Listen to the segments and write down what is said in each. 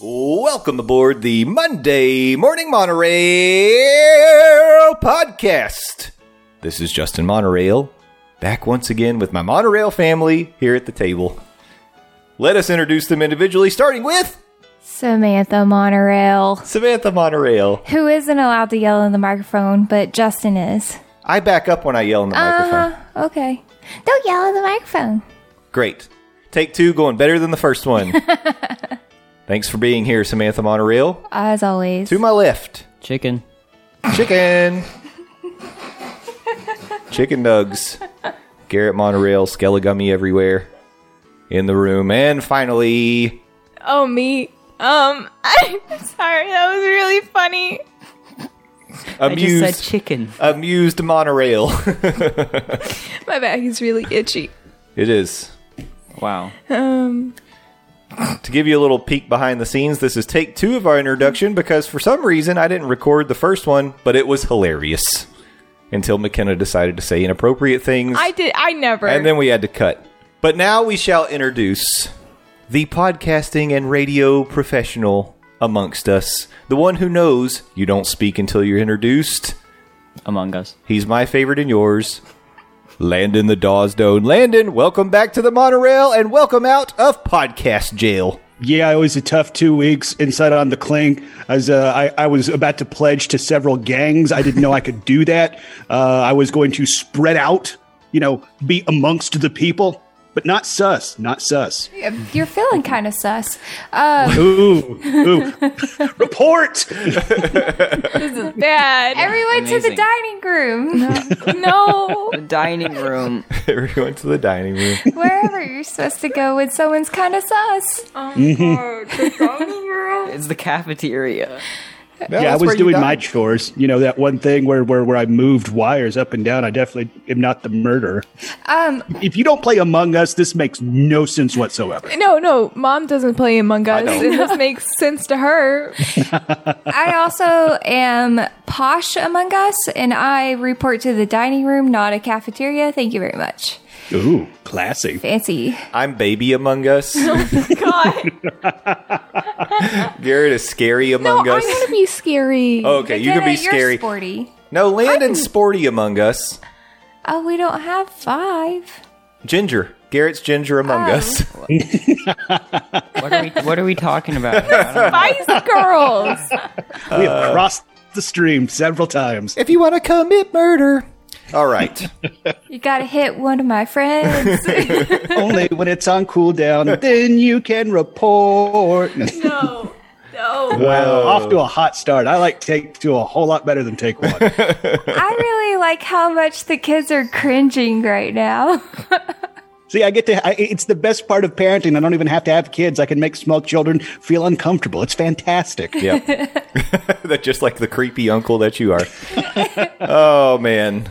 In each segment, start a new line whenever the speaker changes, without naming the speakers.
Welcome aboard the Monday Morning Monorail Podcast. This is Justin Monorail, back once again with my monorail family here at the table. Let us introduce them individually, starting with
Samantha Monorail,
Samantha Monorail.
who isn't allowed to yell in the microphone, but Justin is.
I back up when I yell in the
Uh
microphone.
huh. Okay. Don't yell in the microphone.
Great. Take two going better than the first one. Thanks for being here, Samantha Monorail.
As always.
To my left,
Chicken.
Chicken. Chicken nugs. Garrett Monorail, Skelegummy everywhere in the room. And finally,
Oh me. Um, I'm sorry. That was really funny.
I
amused,
just said chicken.
amused Monorail.
My back is really itchy.
it is.
Wow.
Um,
To give you a little peek behind the scenes, this is take two of our introduction because for some reason I didn't record the first one, but it was hilarious until McKenna decided to say inappropriate things.
I did. I never.
And then we had to cut. But now we shall introduce the podcasting and radio professional amongst us, the one who knows you don't speak until you're introduced.
Among Us.
He's my favorite and yours. Landon the Dawsdone. Landon, welcome back to the monorail and welcome out of podcast jail.
Yeah, it was a tough two weeks inside on the cling. I was, uh, I, I was about to pledge to several gangs. I didn't know I could do that. Uh, I was going to spread out, you know, be amongst the people, but not sus, not sus.
You're feeling kind of sus. Uh,
Ooh, ooh. Report!
bad.
everyone to the
Amazing.
dining room,
no.
The dining room.
Everyone to the dining room.
wherever you're supposed to go when someone's kind of sus.
Oh my god. The dining room.
it's the cafeteria.
No,
yeah, I
that's
was
where you
doing
dine.
my chores. You know, that one thing where, where, where I moved wires up and down. I definitely am not the murderer.
Um,
If you don't play Among Us, this makes no sense whatsoever.
No, no. Mom doesn't play Among Us,
don't.
and this makes sense to her.
I also am posh among us, and I report to the dining room, not a cafeteria. Thank you very much.
Ooh, classy.
Fancy.
I'm baby among us.
God.
Garrett is scary
No,
among
I'm
us.
gonna be scary.
Okay, you can
Jenna,
be scary.
You're sporty.
No, Landon's sporty among us.
Oh, we don't have five.
Ginger. Garrett's Ginger Among
Oh.
Us.
What are we, what are we talking about? here? I don't know.
Spice Girls.
We
Uh,
have crossed the stream several times.
If you want to commit murder. All right.
You gotta hit one of my friends.
Only when it's on cooldown, then you can report.
No. No.
Wow, off to a hot start. I like take two a whole lot better than take one.
I really like how much the kids are cringing right now.
See, I get to. I, it's the best part of parenting. I don't even have to have kids. I can make small children feel uncomfortable. It's fantastic.
Yep. that just like the creepy uncle that you are. oh man.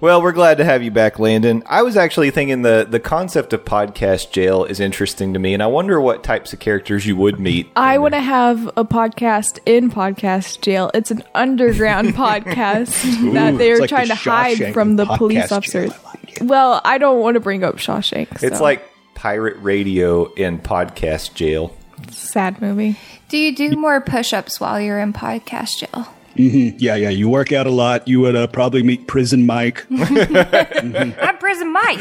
Well, we're glad to have you back, Landon. I was actually thinking the the concept of podcast jail is interesting to me, and I wonder what types of characters you would meet.
I want to have a podcast in podcast jail. It's an underground podcast that they
It's
are
like the
trying to
Shawshank
hide from the
podcast
police
jail.
officers.
I like it.
Well, I don't want to bring up Shawshank.
It's
so.
like pirate radio in podcast jail.
sad movie.
Do you do more push ups while you're in podcast jail?
Yeah, yeah. You work out a lot. You would uh, probably meet Prison Mike.
I'm Prison Mike.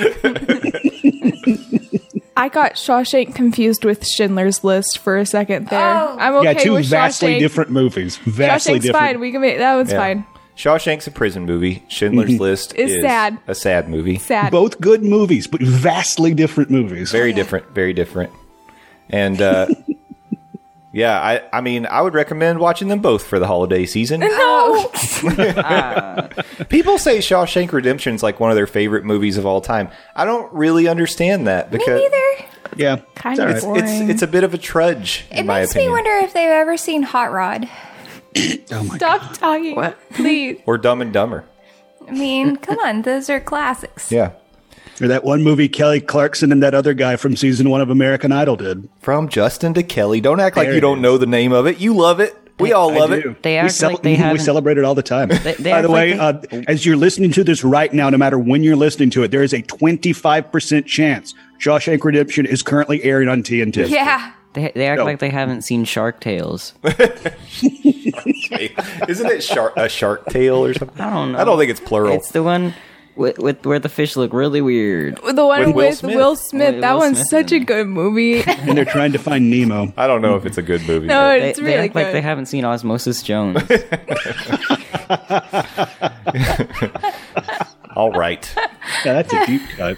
I got Shawshank confused with Schindler's List for a second there.
Oh.
I'm okay
yeah, two
with
vastly
Shawshank.
different movies. Vastly
Shawshank's
different.
fine. We can make that one's
Yeah.
fine.
Shawshank's a prison movie. Schindler's List
Mm-hmm. It's
is
sad.
a sad movie.
Sad.
Both good movies, but vastly different movies.
Very different. Very different. And uh, Yeah, I, I mean, I would recommend watching them both for the holiday season.
No.
People say Shawshank Redemption is like one of their favorite movies of all time. I don't really understand that because
Neither.
Yeah.
Kind
It's all
of
right.
boring.
it's it's a bit of a trudge.
It
in my
makes
opinion.
me wonder if they've ever seen Hot Rod.
Stop talking.
What?
Please.
Or Dumb and Dumber.
I mean, come on, those are classics.
Yeah,
Or that one movie Kelly Clarkson and that other guy from season one of American Idol did.
from Justin to Kelly. Don't act like
There
you
it
don't
is.
know the name of it. You love it. We all love
I
it.
do.
They
We
act like they
we
haven't-
celebrate it all the time.
they
By
act
the way,
like
uh, as you're listening to this right now, no matter when you're listening to it, there is a 25% chance Shawshank Redemption is currently airing on TNT.
Yeah.
They, they act
No.
like they haven't seen Shark Tales.
Isn't it shark, a shark tail or something?
I don't know.
I don't think it's plural.
It's the one with, with where the fish look really weird.
The one
With
with,
Will
Will
Smith.
Smith.
With
That
Will
one's
Smith
such a
in it.
good movie.
And they're trying to find Nemo.
I don't know if it's a good movie.
no,
but-
They,
it's
they
really
act like
good.
they haven't seen Osmosis Jones.
all right.
Yeah, that's a deep cut.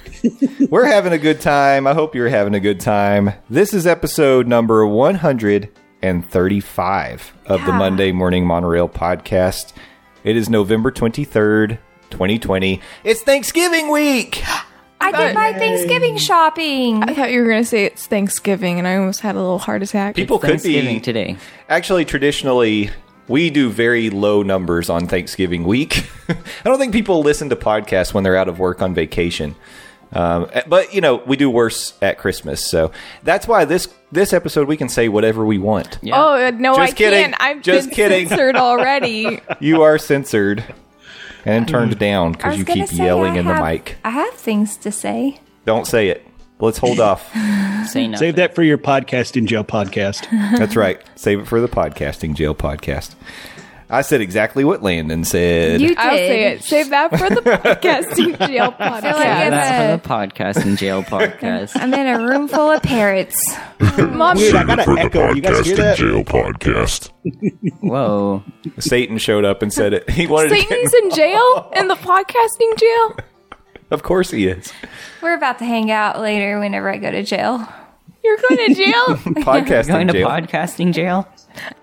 We're having a good time. I hope you're having a good time. This is episode number 135 of the Monday Morning Monorail podcast. It is November 23rd, 2020. It's Thanksgiving week.
I did my Thanksgiving shopping.
I thought you were gonna say it's Thanksgiving, and I almost had a little heart attack.
People could
Thanksgiving
be
today.
Actually, traditionally, we do very low numbers on Thanksgiving week. I don't think people listen to podcasts when they're out of work on vacation. Um, but you know, we do worse at Christmas, so that's why this this episode we can say whatever we want.
Yeah.
Oh uh, no,
Just
I
kidding.
can't. I've
Just
been
kidding.
censored already.
You are censored and turned down
I
because
was
you
gonna
keep
say
yelling
I
in the
have-
mic.
I have things to say.
Don't say it. Let's hold off.
Say nothing.
Save that for your podcast in jail podcast.
That's right. Save it for the podcasting jail podcast. I said exactly what Landon said.
You did.
I'll say it. Save that for the podcasting jail podcast.
like
Yeah,
Give
that's
a-
for the podcast and jail podcast.
I'm in a room full of parrots.
Mom,
Dude, I got
For
an
the
echo. You guys
podcast
hear
in
that?
jail podcast.
Whoa.
Satan showed up and said it. He wanted to get
Satan's in jail in the podcasting jail.
Of course he is.
We're about to hang out later whenever I go to jail.
You're going to jail.
Podcasting
Going to
jail.
podcasting jail?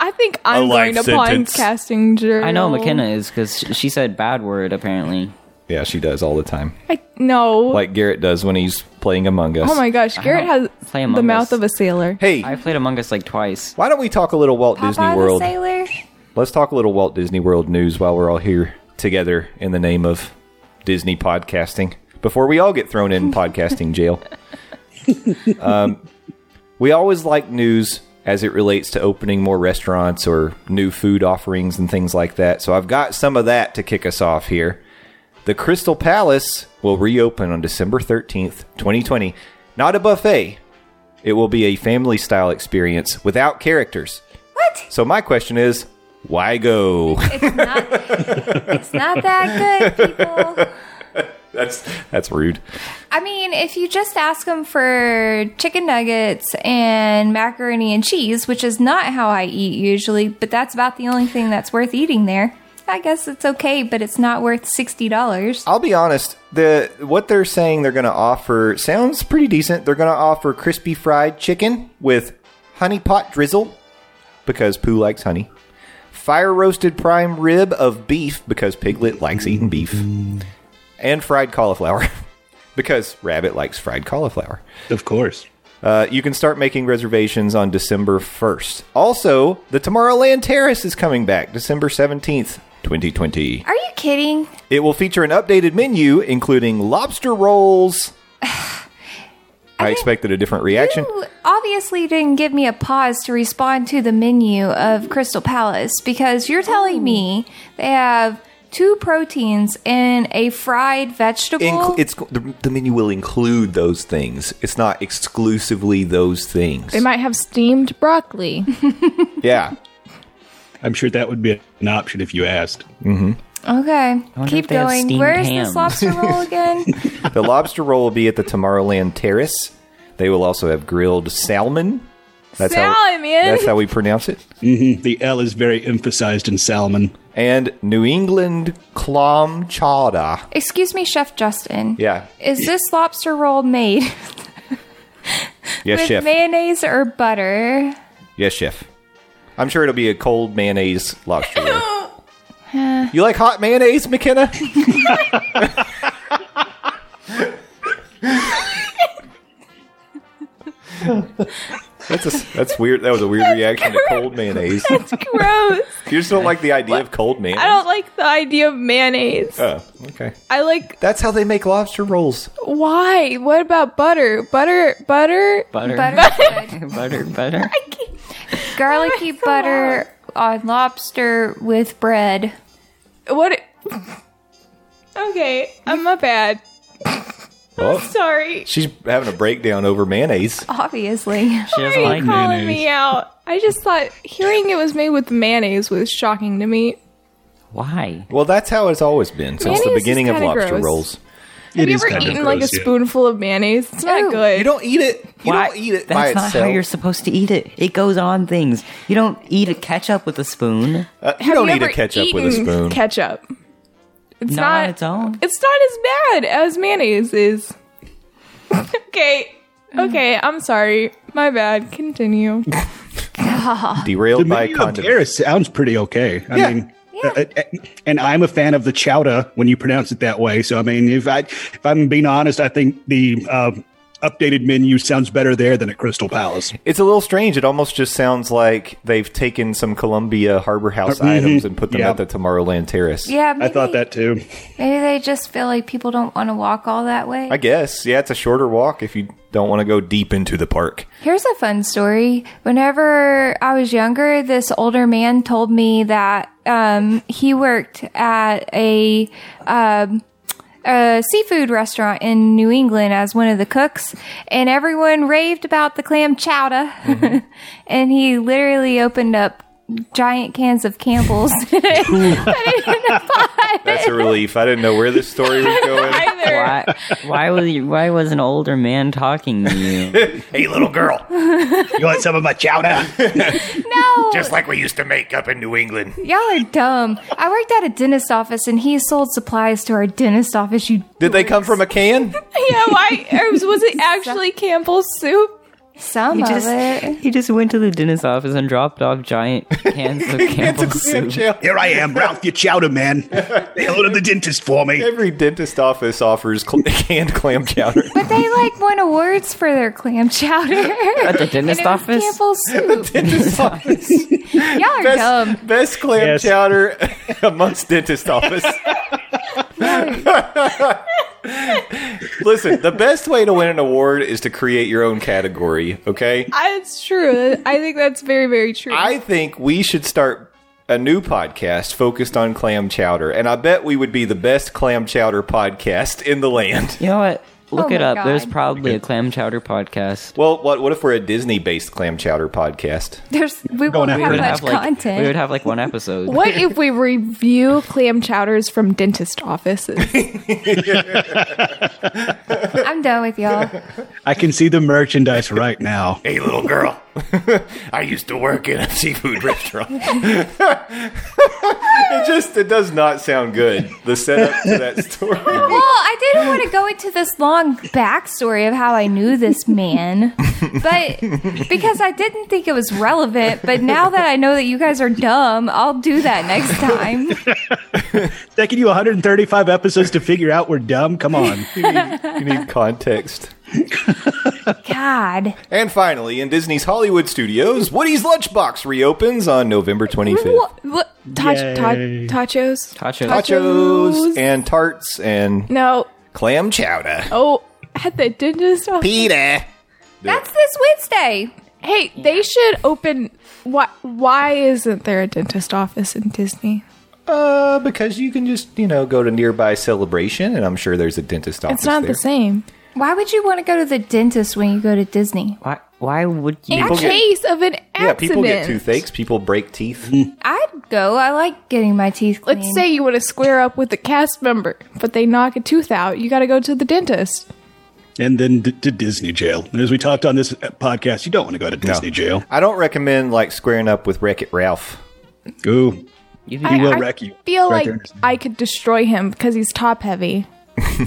I think I'm
life
going to
sentence.
podcasting jail.
I know McKenna is because she said bad word apparently.
yeah, she does all the time.
I, no.
Like Garrett does when he's playing Among Us.
oh my gosh, Garrett has
don't play
the
Among Us.
mouth of a sailor.
hey,
I played Among Us like twice.
why don't we talk a little Walt Disney
Popeye
World?
the Sailor.
Let's talk a little Walt Disney World news while we're all here together in the name of Disney podcasting before we all get thrown in podcasting jail. Um, we always like news as it relates to opening more restaurants or new food offerings and things like that. So I've got some of that to kick us off here. The Crystal Palace will reopen on December 13th, 2020. Not a buffet. It will be a family style experience without characters.
What?
So my question is, why go?
It's not. it's not that good, people.
that's that's rude.
I mean, if you just ask them for chicken nuggets and macaroni and cheese, which is not how I eat usually, but that's about the only thing that's worth eating there. I guess it's okay, but it's not worth sixty dollars.
I'll be honest. The what they're saying they're going to offer sounds pretty decent. They're going to offer crispy fried chicken with honey pot drizzle because Pooh likes honey. Fire roasted prime rib of beef because Piglet likes eating beef. And fried cauliflower because Rabbit likes fried cauliflower.
Of course.
Uh, you can start making reservations on December 1st. Also, the Tomorrowland Terrace is coming back December 17th, 2020.
Are you kidding?
It will feature an updated menu, including lobster rolls. I, expected a different reaction.
You obviously didn't give me a pause to respond to the menu of Crystal Palace because you're telling me
Oh.
they have two proteins and a fried vegetable.
Incl- it's the, the menu will include those things. It's not exclusively those things.
They might have steamed broccoli.
yeah,
I'm sure that would be an option if you asked.
okay,
wonder
keep
if they have
going.
steamed
Where's
hams.
this lobster roll again?
the lobster roll will be at the Tomorrowland Terrace. They will also have grilled salmon. That's
Salmon!
How, that's how we pronounce it.
The L is very emphasized in Salmon.
and New England clam chowder.
Excuse me, Chef Justin.
Yeah,
Is this lobster roll made
yes,
with
chef.
mayonnaise or butter?
yes, chef. I'm sure it'll be a cold mayonnaise lobster roll. you like hot mayonnaise, McKenna? that's a, that's weird. That was a weird reaction to cold mayonnaise.
It's gross.
You just don't like the idea of cold mayonnaise.
I don't like the idea of mayonnaise.
Oh, okay.
I like
That's how they make lobster rolls.
why? What about butter? Butter, butter.
Butter,
Butter,
butter, butter.
garlicky butter on lobster with bread.
What? Okay, I'm not bad.
Oh,
Sorry.
she's having a breakdown over mayonnaise.
Obviously,
She doesn't
Why are
like
you calling
mayonnaise.
me out? I just thought hearing it was made with mayonnaise was shocking to me.
Why?
Well, that's how it's always been since the
Mayonnaise is
beginning of
kinda
lobster
gross.
rolls.
Have you
is
ever
kind of
eaten like a
gross, yeah.
spoonful of mayonnaise? It's
No.
not good.
You don't eat it. You
Why?
don't eat it
That's
by
not
itself.
how you're supposed to eat it. It goes on things. You don't eat a ketchup with a spoon.
Uh, you
Have
don't
you
eat a
ever
ketchup with a
eaten
spoon.
Ketchup. It's
Not
not,
on its own.
It's not as bad as mayonnaise is. okay. Okay, I'm sorry. My bad. Continue.
Derailed by
The menu of
condiment.
Paris sounds pretty okay. I
Yeah.
mean, uh, uh, and I'm a fan of the chowder when you pronounce it that way. So I mean, if I if I'm being honest, I think the uh, updated menu sounds better there than at Crystal Palace.
It's a little strange. It almost just sounds like they've taken some Columbia Harbor House items and put them
Yeah.
at the Tomorrowland Terrace.
yeah. Maybe,
I thought that too.
maybe they just feel like people don't want to walk all that way.
I guess. Yeah, it's a shorter walk if you don't want to go deep into the park.
Here's a fun story. Whenever I was younger, this older man told me that um, he worked at a, um, a seafood restaurant in New England as one of the cooks, and everyone raved about the clam chowder. and he literally opened up giant cans of Campbell's.
That's a relief. I didn't know where this story was going.
Either.
Why? Why was you, Why was an older man talking to you?
hey, little girl.
You want some of my chowder?
no,
Just like we used to make up in New England.
y'all are dumb. I worked at a dentist office, and he sold supplies to our dentist office. You
Did they come from a can?
yeah, why? Or was was it actually Campbell's soup?
some of it.
he just went to the dentist's office and dropped off giant cans of Campbell's soup.
Here I am, Ralph, your chowder man. Say hello to the dentist for me.
Every dentist office offers cl- canned clam chowder.
They like won awards for their clam chowder at
the dentist office?
Campbell's soup.
dentist office.
Y'all are
Best,
dumb.
best clam
Yes.
chowder amongst dentist office. Listen, the best way to win an award is to create your own category, okay?
I, it's true. I think that's very, very true.
I think we should start a new podcast focused on clam chowder, and I bet we would be the best clam chowder podcast in the land.
You know what? Look
Oh
it
my
up. There's
God.
probably a clam chowder podcast.
Well, what what if we're a Disney-based clam chowder podcast?
There's we
Going
won't
after
have
We
much
would have like we would
content.
have like one episode.
what if we review clam chowders from dentist offices?
I'm done with y'all.
I can see the merchandise right now.
Hey, little girl, I used to work in a seafood restaurant. it just it does not sound good. The setup to that story.
Well, I didn't want to go into this long backstory of how I knew this man, but because I didn't think it was relevant. But now that I know that you guys are dumb, I'll do that next time.
Taking you 135 episodes to figure out we're dumb. Come on.
you need context.
God,
And finally, in Disney's Hollywood studios, Woody's Lunchbox reopens on November 25th.
what? what? Tach-
Yay.
ta- tachos?
Tacho.
Tachos and tarts and
No.
clam chowder.
Oh, at the dentist office.
Peter.
that's this Wednesday.
Hey, they should open. Why? Why isn't there a dentist office in Disney?
Uh, because you can just you know go to nearby celebration, and I'm sure there's a dentist office.
It's not
there.
the same.
Why would you want to go to the dentist when you go to Disney?
Why? Why would you?
In
People get-
case of an accident.
Yeah, people get toothaches. People break teeth.
I'd go. I like getting my teeth cleaned.
Let's say you want to square up with a cast member, but they knock a tooth out. You got to go to the dentist.
and then d- to Disney jail. And as we talked on this uh, podcast, you don't want to go to Disney jail.
I don't recommend like squaring up with Wreck It Ralph.
Ooh,
you
he will
I
wreck you.
feel
Right
like
there in his-
I could destroy him because he's top heavy.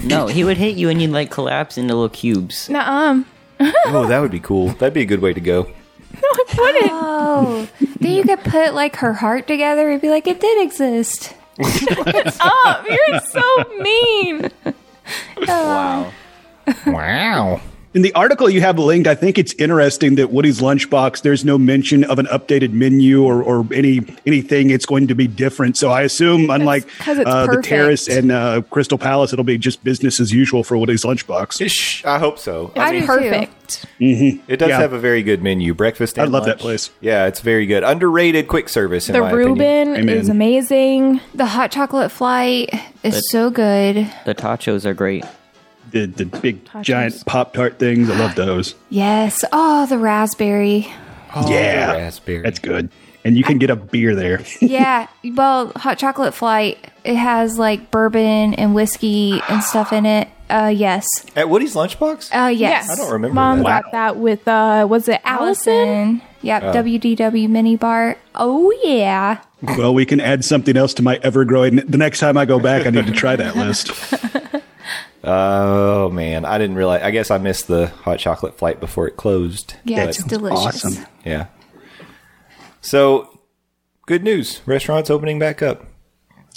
no, he would hit you and you'd like collapse into little cubes.
Nuh-uh.
Oh, that would be cool. That'd be a good way to go.
No, I wouldn't.
Oh, then you could put like her heart together and be like, it did exist.
Up, you're so mean.
Oh,
Wow. wow.
In the article you have linked, I think it's interesting that Woody's Lunchbox, there's no mention of an updated menu or, or any anything. It's going to be different. So I assume, unlike
'cause it's
uh, the
perfect.
Terrace and uh, Crystal Palace, it'll be just business as usual for Woody's Lunchbox.
Ish, I hope so. I
I
mean,
do
Perfect.
it does
yeah.
have a very good menu. Breakfast. And
I love that
lunch.
place.
Yeah, it's very good. Underrated quick service. In
The
my Opinion.
Reuben is amazing.
The hot chocolate flight is so good.
The tachos are great.
The, the big giant Pop Tart things, I love those.
Yes. Oh, the raspberry.
Oh,
yeah,
raspberry.
that's good. And you can get a beer there.
Yeah. Well, hot chocolate flight, it has like bourbon and whiskey and stuff in it. Uh, yes.
At Woody's Lunchbox.
Uh, yes.
I don't remember
Mom
that.
got that with uh was it
Allison.
Allison?
Yep.
Uh,
WDW mini bar. Oh, yeah.
well, we can add something else to my ever growing. The next time I go back, I need to try that list.
Oh man, I didn't realize. I guess I missed the hot chocolate flight before it closed.
Yeah,
But-
it's delicious.
awesome.
yeah. So, good news. Restaurants opening back up.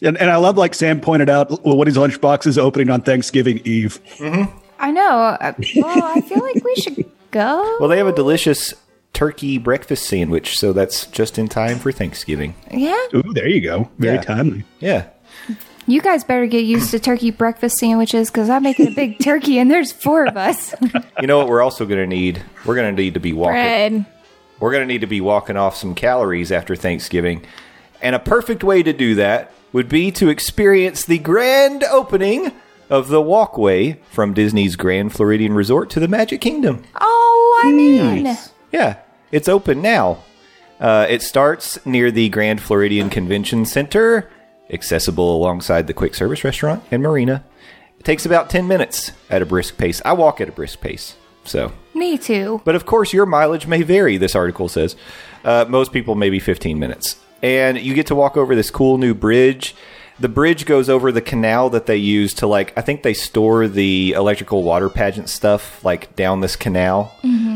And, and I love, like Sam pointed out, Woody's Lunchbox is opening on Thanksgiving Eve.
I know. Uh, Well, I feel like we should go.
Well, they have a delicious turkey breakfast sandwich, so that's just in time for Thanksgiving.
Yeah.
Ooh, there you go. Very
Yeah.
timely.
Yeah.
You guys better get used to turkey breakfast sandwiches because I'm making a big turkey and there's four of us.
You know what? We're also going to need. We're going to need to be walking.
Bread.
We're going to need to be walking off some calories after Thanksgiving, and a perfect way to do that would be to experience the grand opening of the walkway from Disney's Grand Floridian Resort to the Magic Kingdom.
Oh, I mean,
Yeah, it's open now. Uh, it starts near the Grand Floridian Convention Center, accessible alongside the quick service restaurant and marina. It takes about 10 minutes at a brisk pace. I walk at a brisk pace. So,
me too.
but of course, your mileage may vary, this article says. Uh, most people, maybe 15 minutes. And you get to walk over this cool new bridge. The bridge goes over the canal that they use to, like, I think they store the electrical water pageant stuff, like, down this canal.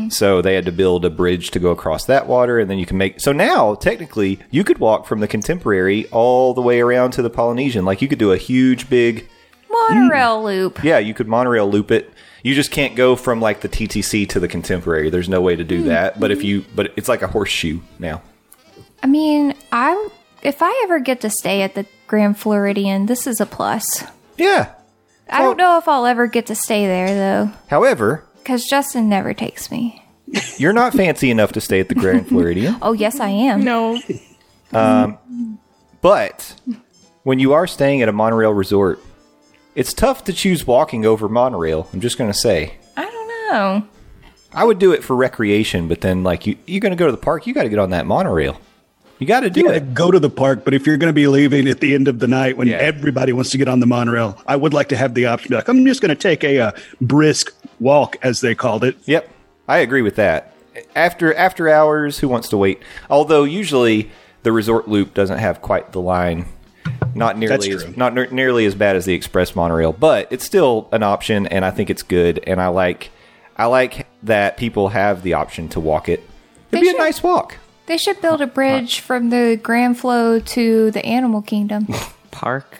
So they had to build a bridge to go across that water. And then you can make. So now, technically, you could walk from the contemporary all the way around to the Polynesian. Like, you could do a huge, big
Monorail loop.
yeah, you could monorail loop it. You just can't go from like the TTC to the contemporary. There's no way to do that. But if you, but it's like a horseshoe now.
I mean, I if I ever get to stay at the Grand Floridian, this is a plus.
Yeah.
I don't know if I'll ever get to stay there though,
However,
because Justin never takes me.
you're not fancy enough to stay at the Grand Floridian.
Oh, yes, I am.
No.
But when you are staying at a monorail resort, it's tough to choose walking over monorail. I'm just gonna say.
I don't know.
I would do it for recreation, but then like you, you're gonna go to the park. You got to get on that monorail. You got to do
You gotta
it.
go to the park, but if you're gonna be leaving at the end of the night when
Yeah.
everybody wants to get on the monorail, I would like to have the option. to be Like, I'm just gonna take a uh, brisk walk, as they called it.
Yep, I agree with that. After after hours, who wants to wait? Although usually the resort loop doesn't have quite the line, not nearly
That's
as,
true.
not ne- nearly as bad as the express monorail, but it's still an option, and I think it's good. And I like I like that people have the option to walk it. It'd
They
be
should.
a nice walk.
They should build a bridge from the Grand Flow to the Animal Kingdom.
Park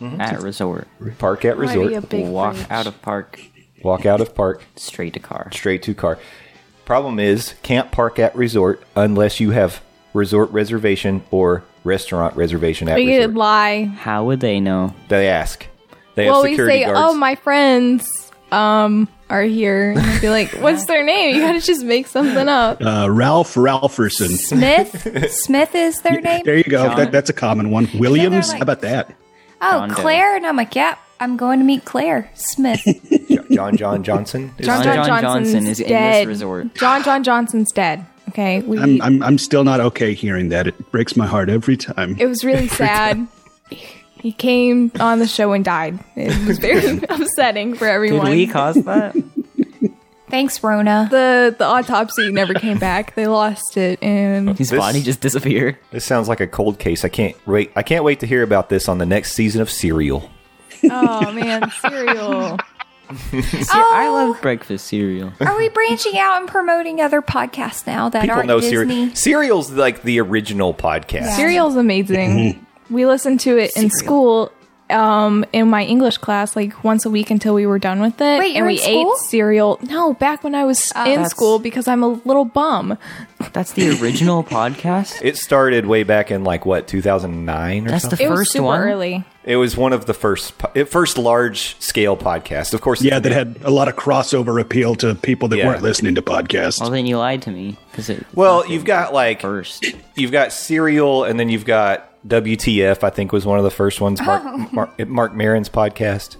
at resort.
Park at
Might be
resort,
a big
Walk
fruit.
out of park,
walk out of park,
straight to car.
straight to car. Problem is, can't park at resort unless you have resort reservation or restaurant reservation at
We
resort.
could lie.
How would they know?
They ask. They
well,
have
we
security
say,
guards.
"Oh, my friends um are here," and I'd be like, "What's their name?" You gotta just make something up.
Uh, Ralph Ralpherson.
Smith. Smith is their name.
There you go. That, that's a common one. Williams.
like-
How about that?
Oh,
John Doe.
Claire, and I'm like, yep, I'm going to meet Claire Smith.
Jo- John John Johnson. is-
John
John
John
John
Johnson's
Johnson is in
dead.
this resort.
John John Johnson's dead. Okay, we.
I'm, I'm I'm still not okay hearing that. It breaks my heart every time.
it was really sad. He came on the show and died. It was very upsetting for
Did
everyone.
we cause that?
Thanks, Rona.
the the autopsy never came back. They lost it, and
His
This-
body just disappeared.
This sounds like a cold case. I can't wait. I can't wait to hear about this on the next season of Serial.
oh man, cereal.
I love breakfast cereal.
Oh, Are we branching out and promoting other podcasts now that
People
aren't
know
Disney?
cereal. Cereal's like the original podcast.
Cereal's amazing. we listened to it in school, um, in my English class, like once a week until we were done with it.
Wait, you
and
were
we
in school? Oh.
ate cereal. No, back when I was in
That's-
school because I'm a little bum.
That's the original podcast.
It started way back in like what 2009 or
That's the
something.
It was
first
super
one.
early.
it was one of the first po- it- first large scale podcasts. Of course,
Yeah, that had a lot of crossover appeal to people that
Yeah.
weren't listening to podcasts.
Well, Oh, then you lied to me because it.
Well, you've got like
first.
you've got cereal, and then you've got WTF. I think was one of the first ones. Mark Mark, Mark Maron's podcast,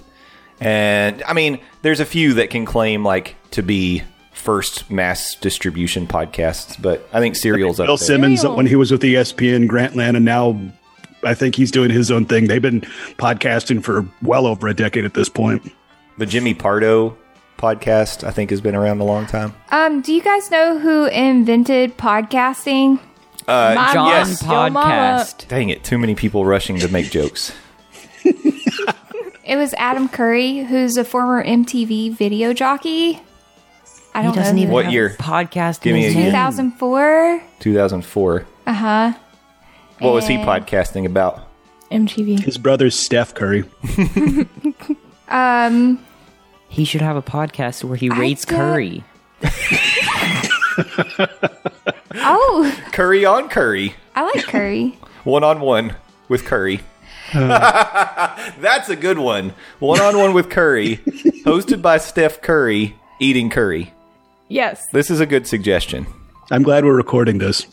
and I mean, there's a few that can claim like to be first mass distribution podcasts, but I think cereal's up
Bill
there.
Simmons,
Cereal.
when he was with E ESPN, Grantland, and now I think he's doing his own thing. They've been podcasting for well over a decade at this point.
The Jimmy Pardo podcast, I think, has been around a long time.
Um, do you guys know who invented podcasting?
Mom,
John
yes. Yo, mama.
podcast.
Uh, Dang it, too many people rushing to make jokes.
It was Adam Curry, who's a former MTV video jockey. I don't
He doesn't
know
even
who-
What
have
year?
a podcast.
Give
in
me
his
a year.
name.
2004.
2004.
Uh huh.
What was he
And-
podcasting about?
MTV.
His brother's Steph Curry.
Um,
He should have a podcast where he rates
don't-
curry.
oh,
Curry on Curry.
I like Curry.
One on one with Curry. That's a good one. One on one with Curry, hosted by Steph Curry, eating curry.
Yes.
This is a good suggestion.
I'm glad we're recording this.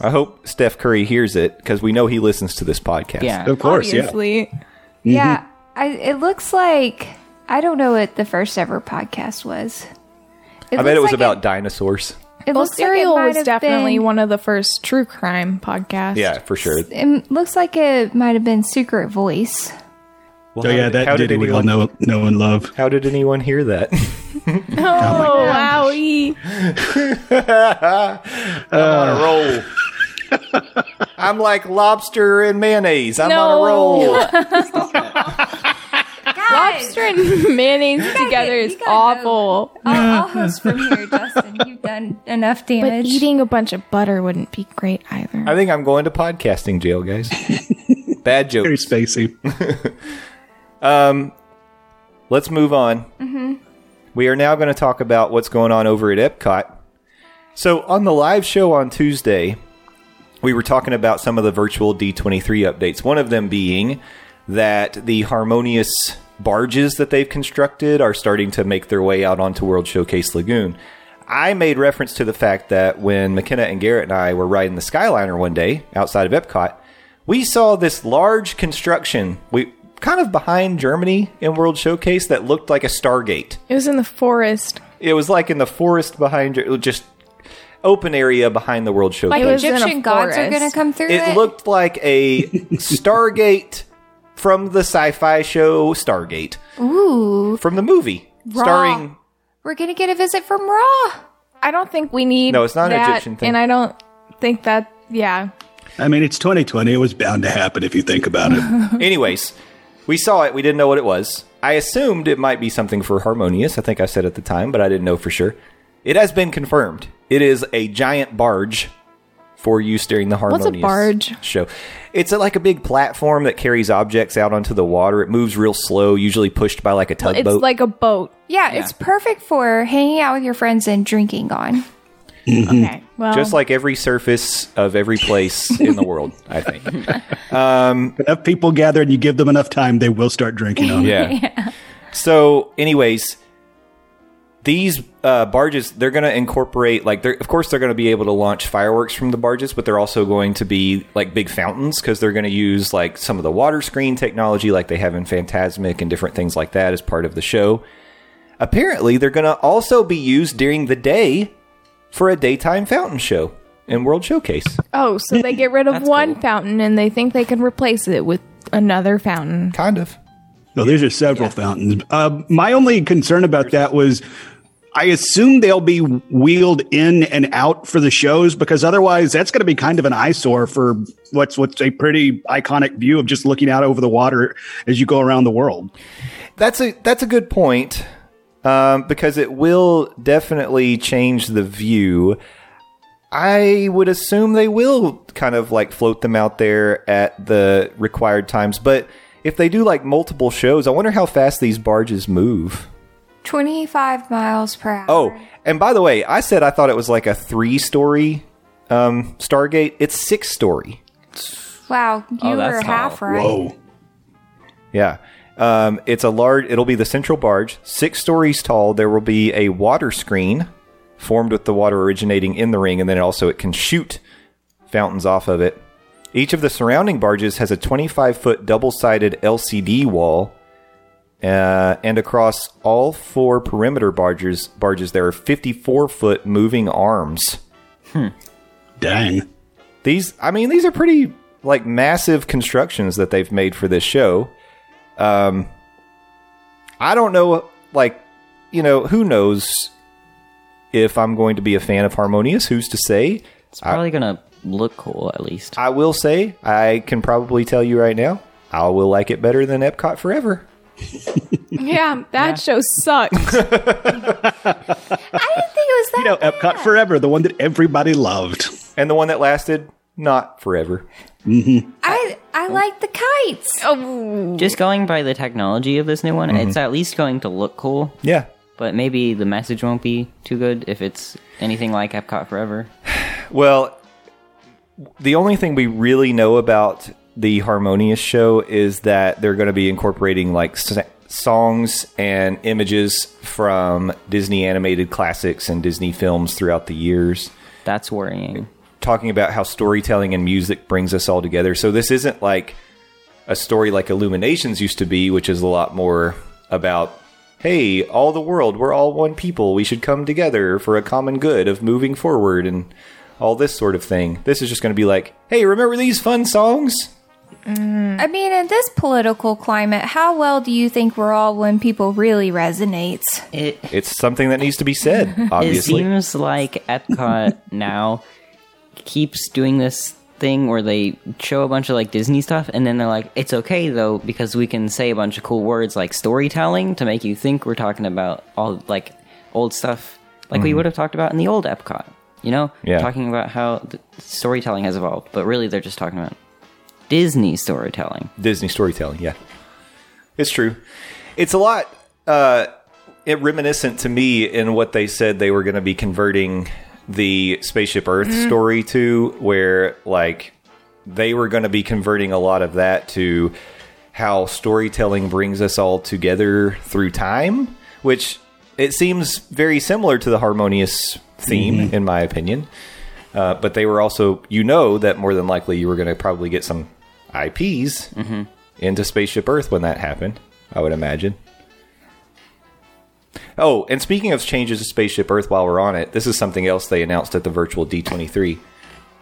I hope Steph Curry hears it because we know he listens to this podcast.
Yeah.
Of course, yeah.
obviously.
Mm-hmm.
Yeah, I, it looks like I don't know what the first ever podcast was.
I bet
looks
it was
like
about dinosaurs.
It,
Well,
looks like it
Serial
might
was
have
definitely
been-
one of the first true crime podcasts.
Yeah, for sure.
It looks like it might have been Secret Voice.
Well,
So Oh, yeah, that did it. We all
anyone,
know, know and love.
How did anyone hear that?
Oh, wowie.
I'm
Uh.
on a roll. I'm like lobster and mayonnaise. I'm on
No.
a roll.
Guys,
Certain mayonnaise together
you
is
gotta go.
awful.
I'll, I'll host from here, Justin. You've done enough
But
damage.
eating a bunch of butter wouldn't be great either.
I think I'm going to podcasting jail, guys. Bad joke.
Very spacey.
Let's move on. We are now going to talk about what's going on over at Epcot. So, on the live show on Tuesday, we were talking about some of the virtual D23 updates. One of them being that the harmonious barges that they've constructed are starting to make their way out onto World Showcase Lagoon. I made reference to the fact that when McKenna and Garrett and I were riding the Skyliner one day outside of Epcot, we saw this large construction. We kind of behind Germany in World Showcase that looked like a Stargate.
it was in the forest.
It was like in the forest behind Ger- just open area behind the World Showcase.
like
It was in a
Egyptian gods are
forest.
going to come through.
It looked like a Stargate from the sci-fi show Stargate
Ooh,
from the movie starring
we're going to get a visit from Raw.
I don't think we need
No, it's not an
that,
Egyptian thing.
And I don't think that yeah.
I mean, it's 2020. It was bound to happen if you think about it.
Anyways, we saw it. We didn't know what it was. I assumed it might be something for Harmonious. I think I said at the time, but I didn't know for sure. It has been confirmed. It is a giant barge for use during the Harmonious
a barge?
show. It's a, like a big platform that carries objects out onto the water. It moves real slow, usually pushed by like a
It's
tugboat.
like a boat.
Yeah, it's perfect for hanging out with your friends and drinking on.
Okay. Well
just like every surface of every place in the world, I think.
enough people gather and you give them enough time, they will start drinking on it.
Yeah. So, anyways, these uh, barges, they're going to incorporate, like, they're, of course, they're going to be able to launch fireworks from the barges, but they're also going to be, like, big fountains because they're going to use, like, some of the water screen technology, like they have in Phantasmic and different things like that as part of the show. Apparently, they're going to also be used during the day for a daytime fountain show in World Showcase.
Oh, so they get rid of one fountain and they think they can replace it with another fountain.
Kind of.
No, these are several fountains. Uh, my only concern about that was I assume they'll be wheeled in and out for the shows because otherwise that's going to be kind of an eyesore for what's what's a pretty iconic view of just looking out over the water as you go around the world.
That's a that's a good point. um, because it will definitely change the view. I would assume they will kind of like float them out there at the required times. But if they do like multiple shows, I wonder how fast these barges move.
25 miles per hour.
Oh, and by the way, I said I thought it was like a three story um, Stargate. It's six story.
Wow, you
Oh, that's
were half
tall.
right.
Whoa.
Yeah. Um, it's a large, it'll be the central barge, six stories tall. There will be a water screen formed with the water originating in the ring, and then also it can shoot fountains off of it. Each of the surrounding barges has a 25 foot double sided LCD wall. Uh, and across all four perimeter barges, barges there are 54 foot moving arms.
Dang.
These, I mean, these are pretty like massive constructions that they've made for this show. Um, I don't know, like, you know, who knows if I'm going to be a fan of Harmonious? Who's to say?
It's probably gonna look cool at least.
I will say, I can probably tell you right now, I will like it better than Epcot Forever.
Yeah, that show sucks.
I didn't think it was that.
You know, Epcot Forever, the one that everybody loved.
And the one that lasted not forever.
Uh,
I,
oh.
I like the kites.
oh,
Just going by the technology of this new one, it's at least going to look cool.
Yeah.
But maybe the message won't be too good if it's anything like Epcot Forever.
Well, the only thing we really know about the Harmonious show is that they're going to be incorporating like s- songs and images from Disney animated classics and Disney films throughout the years,
That's worrying.
talking about how storytelling and music brings us all together. So this isn't like a story like Illuminations used to be, which is a lot more about hey, all the world, we're all one people. We should come together for a common good of moving forward and all this sort of thing. This is just going to be like, hey, remember these fun songs?
I mean, in this political climate, how well do you think we're all when people really resonates?
It
It's something that needs to be said,
it
obviously.
seems like Epcot now keeps doing this thing where they show a bunch of like Disney stuff and then they're like, it's okay though, because we can say a bunch of cool words like storytelling to make you think we're talking about all like old stuff like we would have talked about in the old Epcot. You know?
Mm-hmm. Yeah.
Talking about how the storytelling has evolved, but really they're just talking about Disney storytelling.
Disney storytelling, yeah. It's true. It's a lot uh, it reminiscent to me in what they said they were going to be converting the Spaceship Earth story to, where like they were going to be converting a lot of that to how storytelling brings us all together through time, which it seems very similar to the harmonious theme, in my opinion. Uh, but they were also, you know, that more than likely you were going to probably get some IPs into Spaceship Earth when that happened, I would imagine. Oh, and speaking of changes to Spaceship Earth while we're on it, this is something else they announced at the virtual D23.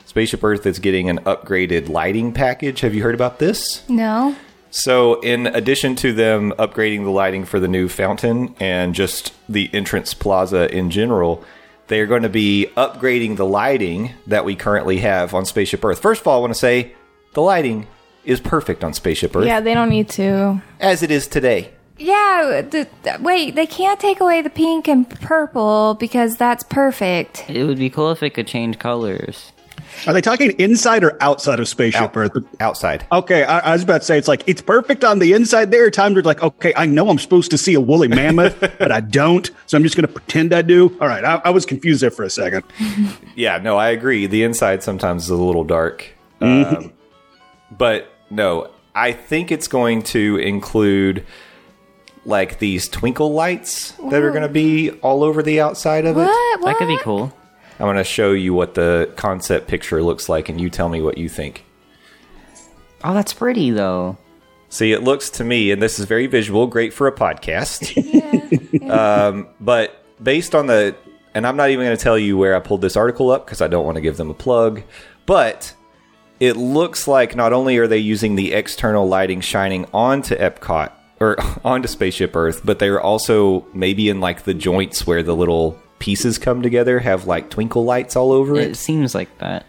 Spaceship Earth is getting an upgraded lighting package. Have you heard about this?
No.
So, in addition to them upgrading the lighting for the new fountain and just the entrance plaza in general, they are going to be upgrading the lighting that we currently have on Spaceship Earth. First of all, I want to say the lighting is perfect on Spaceship Earth
yeah, they don't need to.
as it is today.
Yeah, the, the- wait, they can't take away the pink and purple because that's perfect.
It would be cool if it could change colors.
Are they talking inside or outside of Spaceship
Out-
Earth?
outside.
Okay, I, I was about to say it's like it's perfect on the inside. There are times where like, okay, I know I'm supposed to see a woolly mammoth, but I don't, so I'm just going to pretend I do. All right, I, I was confused there for a second.
Yeah, no, I agree. The inside sometimes is a little dark. Um, but no, I think it's going to include like these twinkle lights that are going to be all over the outside of it.
What?
That could be
What?
cool.
I'm going to show you what the concept picture looks like and you tell me what you think.
Oh, that's pretty though.
See, it looks to me, and this is very visual, great for a podcast. um, but based on the, and I'm not even going to tell you where I pulled this article up because I don't want to give them a plug, but it looks like not only are they using the external lighting shining onto Epcot or onto Spaceship Earth, but they're also maybe in like the joints where the little pieces come together have like twinkle lights all over it.
It seems like that.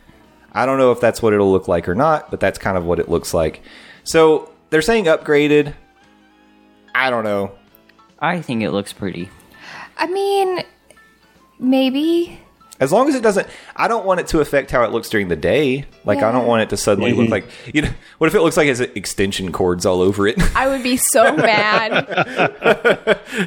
I don't know if that's what it'll look like or not, but that's kind of what it looks like. So they're saying upgraded. I don't know.
I think it looks pretty.
I mean, maybe.
As long as it doesn't, I don't want it to affect how it looks during the day. Like I don't
Yeah.
want it to suddenly look like you know. What if it looks like it has extension cords all over it?
I would be so mad.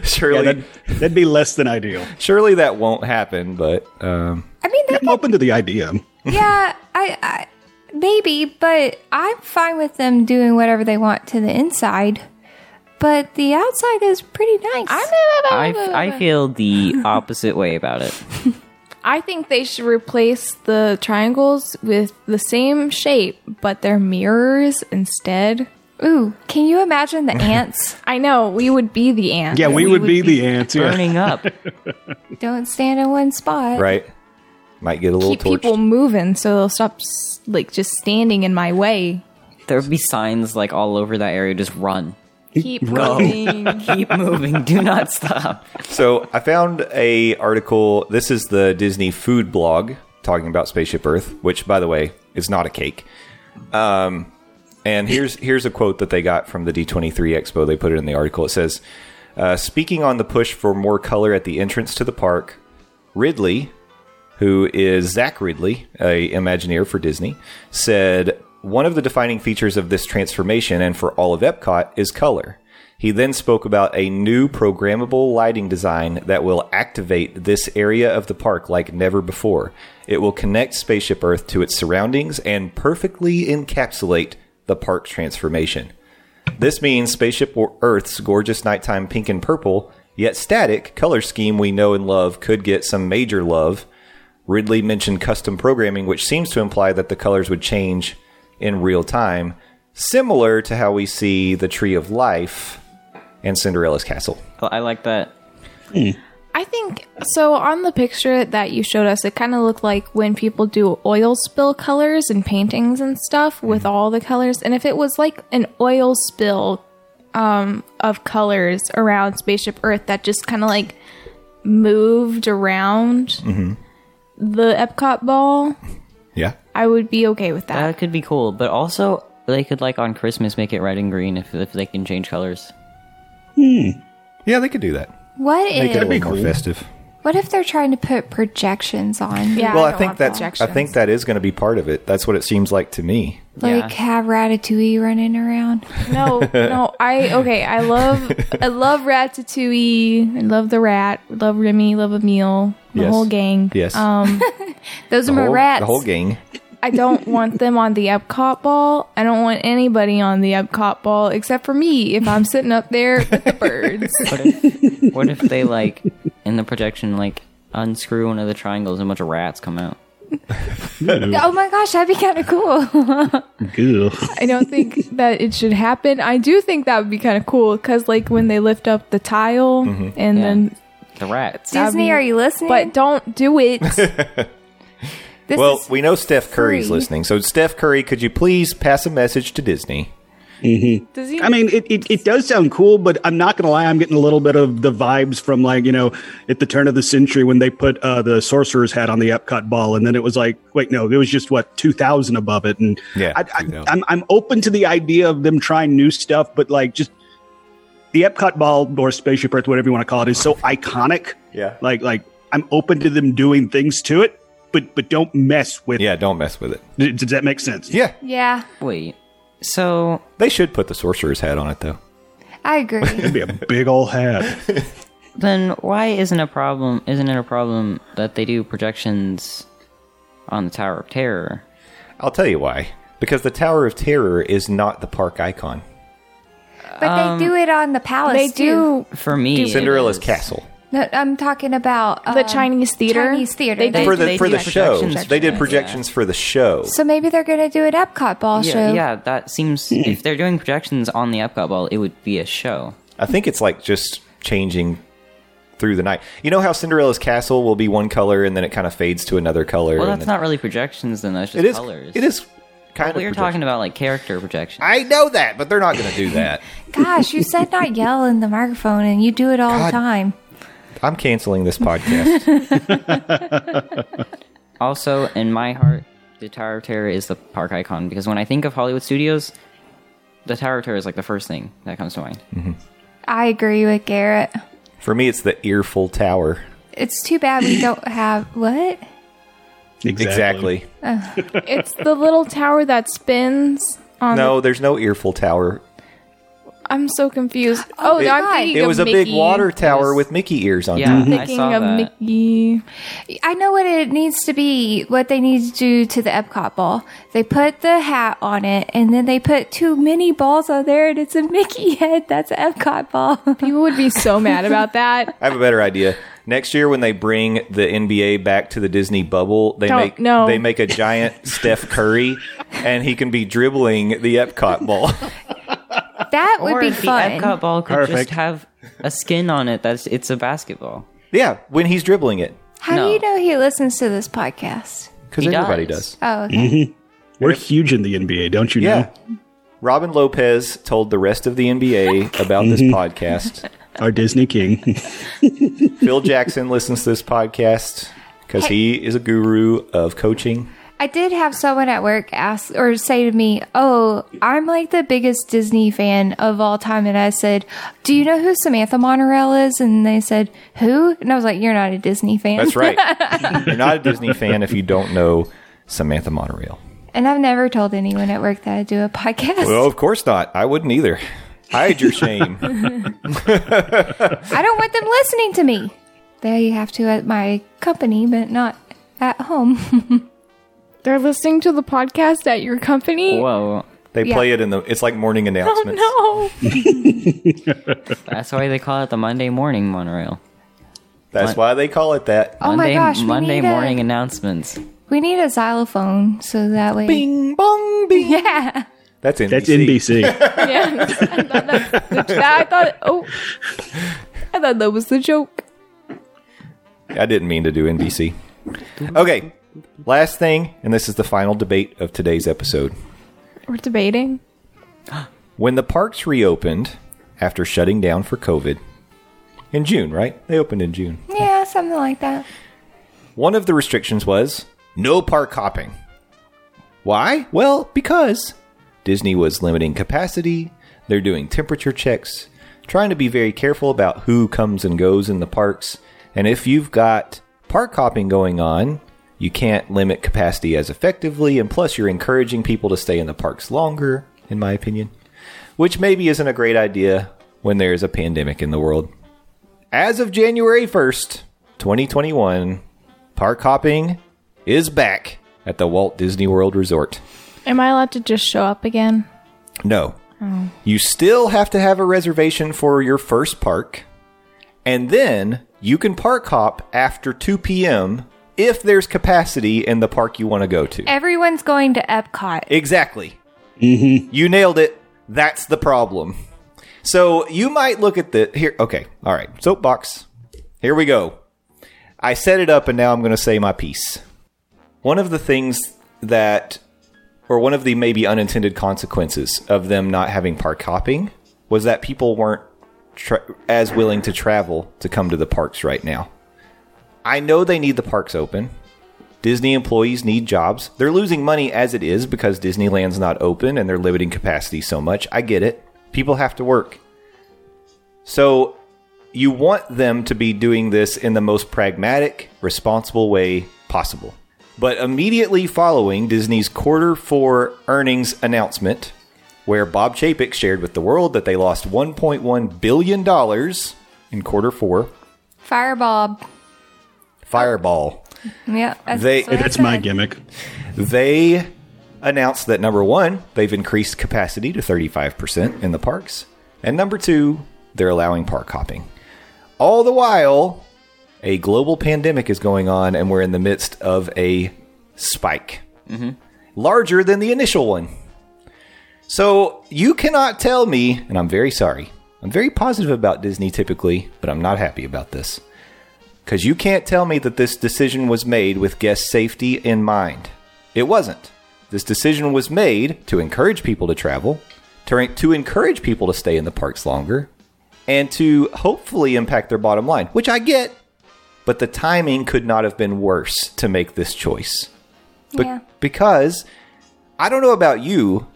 surely,
Yeah, that'd, that'd be less than ideal.
surely that won't happen. But um,
I mean, they
I'm open to the idea.
yeah, I, I maybe, but I'm fine with them doing whatever they want to the inside. But the outside is pretty nice.
I'm-
I, I feel the opposite way about it.
I think they should replace the triangles with the same shape, but they're mirrors instead.
Ooh, can you imagine the ants?
I know we would be the ant.
Yeah, we, would, be, the answer.
Burning up.
Don't stand in one spot.
right, might get a little
keep
torched.
people moving so they'll stop s- like just standing in my way.
There would be signs like all over that area. Just run.
Keep
Right.
going.
Keep moving. Do not stop.
So I found a article. This is the Disney food blog talking about Spaceship Earth, which, by the way, is not a cake. Um, and here's here's a quote that they got from the D23 Expo. They put it in the article. It says, uh, "Speaking on the push for more color at the entrance to the park, Ridley, who is Zach Ridley, a Imagineer for Disney, said one of the defining features of this transformation and for all of Epcot is color. He then spoke about a new programmable lighting design that will activate this area of the park like never before. It will connect Spaceship Earth to its surroundings and perfectly encapsulate the park's transformation. This means Spaceship Earth's gorgeous nighttime pink and purple, yet static, color scheme we know and love could get some major love. Ridley mentioned custom programming, which seems to imply that the colors would change in real time, similar to how we see the Tree of Life and Cinderella's Castle.
I like that.
I think so. On the picture that you showed us, it kind of looked like when people do oil spill colors and paintings and stuff with all the colors. And if it was like an oil spill um, of colors around Spaceship Earth that just kind of like moved around the Epcot ball,
Yeah.
I would be okay with that.
That could be cool. But also, they could like on Christmas make it red and green if, if they can change colors.
Yeah, they could do that.
What
Get a
if
little more festive.
what if they're trying to put projections on?
yeah,
well, I,
don't
think
want
that's I think
projections.
that is going to be part of it. That's what it seems like to me.
Like
Yeah.
have Ratatouille running around.
No, no, I okay. I love, I love Ratatouille. I love the rat. Love Remy. Love Emile. The
Yes.
whole gang.
Yes.
Um,
Those are
the
my
whole,
rats.
the whole gang.
I don't want them on the Epcot ball. I don't want anybody on the Epcot ball except for me if I'm sitting up there with the birds.
What if, what if they like in the projection like unscrew one of the triangles and a bunch of rats come out?
Oh my gosh, that'd be kind of cool.
Oh, Ugh.
I don't think that it should happen. I do think that would be kind of cool because, like, when they lift up the tile and
Mm-hmm.
Yeah.
then,
The rats.
Disney, are you listening?
but don't do it.
this
Well,
is
we know Steph Curry's
free.
listening. So Steph Curry, could you please pass a message to Disney?
Does he?
I mean, it, it, it does sound cool, but I'm not going to lie. I'm getting a little bit of the vibes from, like, you know, at the turn of the century when they put uh, the sorcerer's hat on the Epcot ball. And then it was like, wait, no, it was just, what, 2000 above it. And
Yeah,
I,
2000.
I, I'm, I'm open to the idea of them trying new stuff, but like, just the Epcot ball or Spaceship Earth, whatever you want to call it, is so iconic.
Yeah.
Like, like I'm open to them doing things to it, but but don't mess with
Yeah, don't mess with it.
D- Does that make sense?
Yeah.
yeah,
Wait. So
They should put the sorcerer's hat on it though.
I agree.
It'd be a big old hat.
then why isn't a problem isn't it a problem that they do projections on the Tower of Terror?
I'll tell you why. Because the Tower of Terror is not the park icon.
but they do it on the palace.
Um, they do
For me, it
Cinderella's
is-
castle.
No, I'm talking about
the
um,
Chinese theater.
Chinese theater.
They
They-
They-
for the
they
for
do
the show.
projections.
They did projections for the show.
So maybe they're going to do an Epcot ball
Yeah,
show.
yeah, that seems.
Hmm.
If they're doing projections on the Epcot ball, it would be a show.
I think it's like just changing through the night. You know how Cinderella's castle will be one color and then it kind of fades to another color.
Well,
and
that's
then-
not really projections, then that's just
It is.
colors.
It is kind of.
We were
projection.
talking about like character projections.
I know that, but they're not going to do that.
Gosh, you said not yell in the microphone, and you do it all
God.
the time.
I'm canceling this podcast.
Also, in my heart, the Tower of Terror is the park icon because when I think of Hollywood Studios, the Tower of Terror is like the first thing that comes to mind.
I agree with Garrett.
For me, it's the earful tower.
It's too bad we don't have what?
Exactly.
It's the little tower that spins on.
No, there's no earful tower.
I'm so confused. Oh,
It-
I'm thinking
It
of
was a big
Mickey.
water tower
was-
with Mickey ears on
Yeah,
it.
I
Thinking
saw
of
that.
Mickey.
I know what it needs to be, what they need to do to the Epcot ball. They put the hat on it, and then they put too many balls on there, and it's a Mickey head. That's an Epcot ball.
People would be so mad about that.
I have a better idea. Next year, when they bring the NBA back to the Disney bubble, they
Don't-
make
no.
they make a giant Steph Curry, and he can be dribbling the Epcot ball.
That would
or
be
if
fun.
the Epcot ball could just
Perfect.
have a skin on it. That's it's a basketball.
yeah, when he's dribbling it,
How
No.
do you know he listens to this podcast?
because
He
everybody does.
does.
Uh-huh.
Oh, okay.
We're huge in the NBA, don't you
Yeah.
know?
Robin Lopez told the rest of the NBA about this podcast.
Our Disney king.
Phil Jackson listens to this podcast because he is a guru of coaching.
I did have someone at work ask or say to me, "Oh, I'm like the biggest Disney fan of all time," and I said, "Do you know who Samantha Monorail is?" And they said, "Who?" And I was like, "You're not a Disney fan."
That's right. You're not a Disney fan if you don't know Samantha Monorail.
And I've never told anyone at work that I do a podcast.
Well, of course not. I wouldn't either. Hide your shame.
I don't want them listening to me. They have to at my company, but not at home.
They're listening to the podcast at your company.
Whoa,
They play it in the. It's like morning announcements.
Oh no!
that's why they call it the Monday morning monorail.
That's why they call it that.
oh my
Monday,
gosh, we
Monday
need
morning
A,
announcements.
we need a xylophone so that way.
Bing bong bing.
Yeah.
That's NBC.
That's NBC.
Yeah, I thought, that was the- that- I thought. Oh, I thought that was the joke.
I didn't mean to do NBC. Okay. Last thing, and this is the final debate of today's episode.
We're debating.
When the parks reopened after shutting down for COVID in June, right? They opened in June.
Yeah, something like that.
One of the restrictions was no park hopping. Why? Well, because Disney was limiting capacity, they're doing temperature checks, trying to be very careful about who comes and goes in the parks. And if you've got park hopping going on, you can't limit capacity as effectively, and plus, you're encouraging people to stay in the parks longer, in my opinion, which maybe isn't a great idea when there is a pandemic in the world. As of January 1st, 2021, park hopping is back at the Walt Disney World Resort.
Am I allowed to just show up again?
No. You still have to have a reservation for your first park, and then you can park hop after 2 p.m. if there's capacity in the park you want to go to.
Everyone's going to Epcot.
Exactly. You nailed it. That's the problem. So you might look at the here. Okay, all right. Soapbox. Here we go. I set it up, and now I'm going to say my piece. One of the things that, or one of the maybe unintended consequences of them not having park hopping, was that people weren't tra- as willing to travel to come to the parks right now. I know they need the parks open. Disney employees need jobs. They're losing money as it is because Disneyland's not open and they're limiting capacity so much. I get it. People have to work. So you want them to be doing this in the most pragmatic, responsible way possible. But immediately following Disney's quarter four earnings announcement, where Bob Chapek shared with the world that they lost $1.1 billion in quarter four,
Fireball.
Fireball.
Yeah, that's,
They-
what I
That's my
said.
gimmick.
They announced that number one, they've increased capacity to 35% in the parks. And number two, they're allowing park hopping. All the while, a global pandemic is going on, and we're in the midst of a spike larger than the initial one. So you cannot tell me, and I'm very sorry. I'm very positive about Disney typically, but I'm not happy about this. Because you can't tell me that this decision was made with guest safety in mind. It wasn't. This decision was made to encourage people to travel, to, to encourage people to stay in the parks longer, and to hopefully impact their bottom line, which I get. But the timing could not have been worse to make this choice. Be-
Yeah.
Because I don't know about you,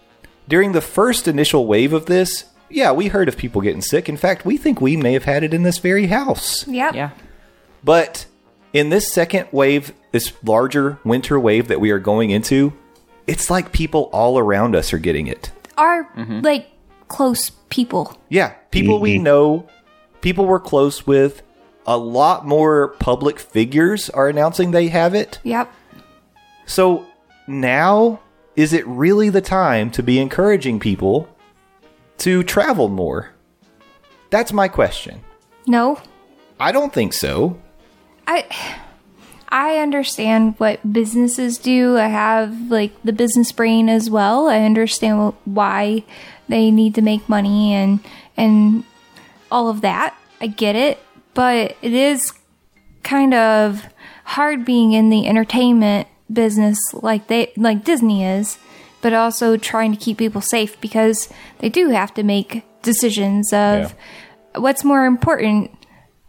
during the first initial wave of this, yeah, we heard of people getting sick. In fact, we think we may have had it in this very house.
Yep.
Yeah.
But in this second wave, this larger winter wave that we are going into, it's like people all around us are getting it.
Our like close people.
Yeah, people we know, people we're close with, a lot more public figures are announcing they have it.
Yep.
So now is it really the time to be encouraging people to travel more? That's my question.
No.
I don't think so.
I I understand what businesses do. I have like the business brain as well. I understand wh- why they need to make money and and all of that. I get it, but it is kind of hard being in the entertainment business like they like Disney is, but also trying to keep people safe because they do have to make decisions of what's more important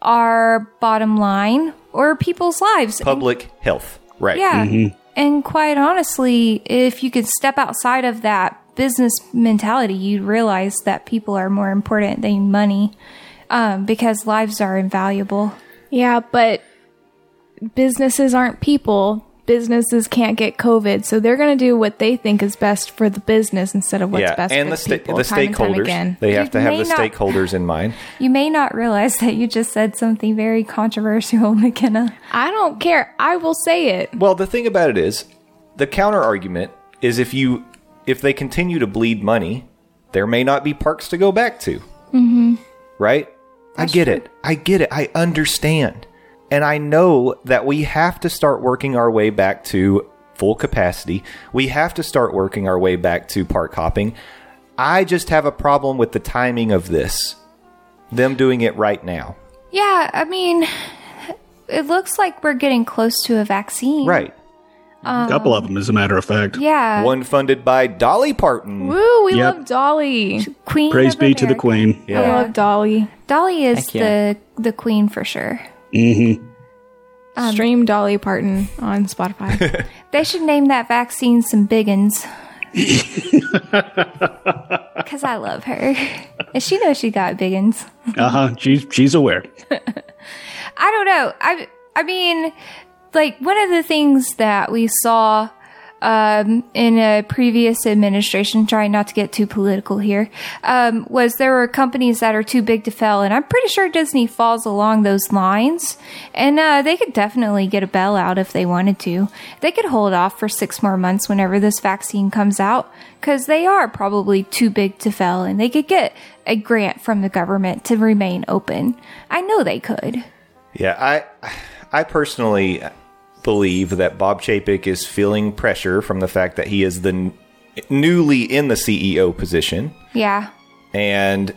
our bottom line or people's lives.
Public health. Right.
Yeah.
Mm-hmm.
And quite honestly, if you could step outside of that business mentality, you'd realize that people are more important than money um, because lives are invaluable.
Yeah, but businesses aren't people. Businesses can't get COVID, so they're going to do what they think is best for the business instead of what's
yeah,
best
and
for
the, sta-
people.
the
time and time
stakeholders.
again.
They have to
You
have
may
the
not-
stakeholders in mind.
You may not realize that you just said something very controversial, McKenna.
I don't care. I will say it.
Well, the thing about it is, the counter argument is if you if they continue to bleed money, there may not be parks to go back to. Mm-hmm. Right? I get it. I get it. I understand, and I know that we have to start working our way back to full capacity. We have to start working our way back to park hopping. I just have a problem with the timing of this. Them doing it right now.
Yeah, I mean, it looks like we're getting close to a vaccine.
Right.
Um,
A couple of them, as a matter of fact.
Yeah.
One funded by Dolly Parton.
Uh, Woo, we
Yep.
love Dolly.
Queen.
Praise
of
be to the
America.
queen.
I love Dolly.
Dolly is
Heck yeah.
the the queen for sure.
Mm-hmm.
Um,
Stream Dolly Parton on Spotify.
They should name that vaccine some biggins. Because I love her. And she knows she got biggins.
Uh huh. She's she's aware.
I don't know. I, I mean, like, one of the things that we saw um, in a previous administration, trying not to get too political here, um, was there were companies that are too big to fail. And I'm pretty sure Disney falls along those lines. And uh, they could definitely get a bailout if they wanted to. They could hold off for six more months whenever this vaccine comes out because they are probably too big to fail and they could get a grant from the government to remain open. I know they could.
Yeah, I I personally believe that Bob Chapek is feeling pressure from the fact that he is the n- newly in the CEO position
Yeah.
and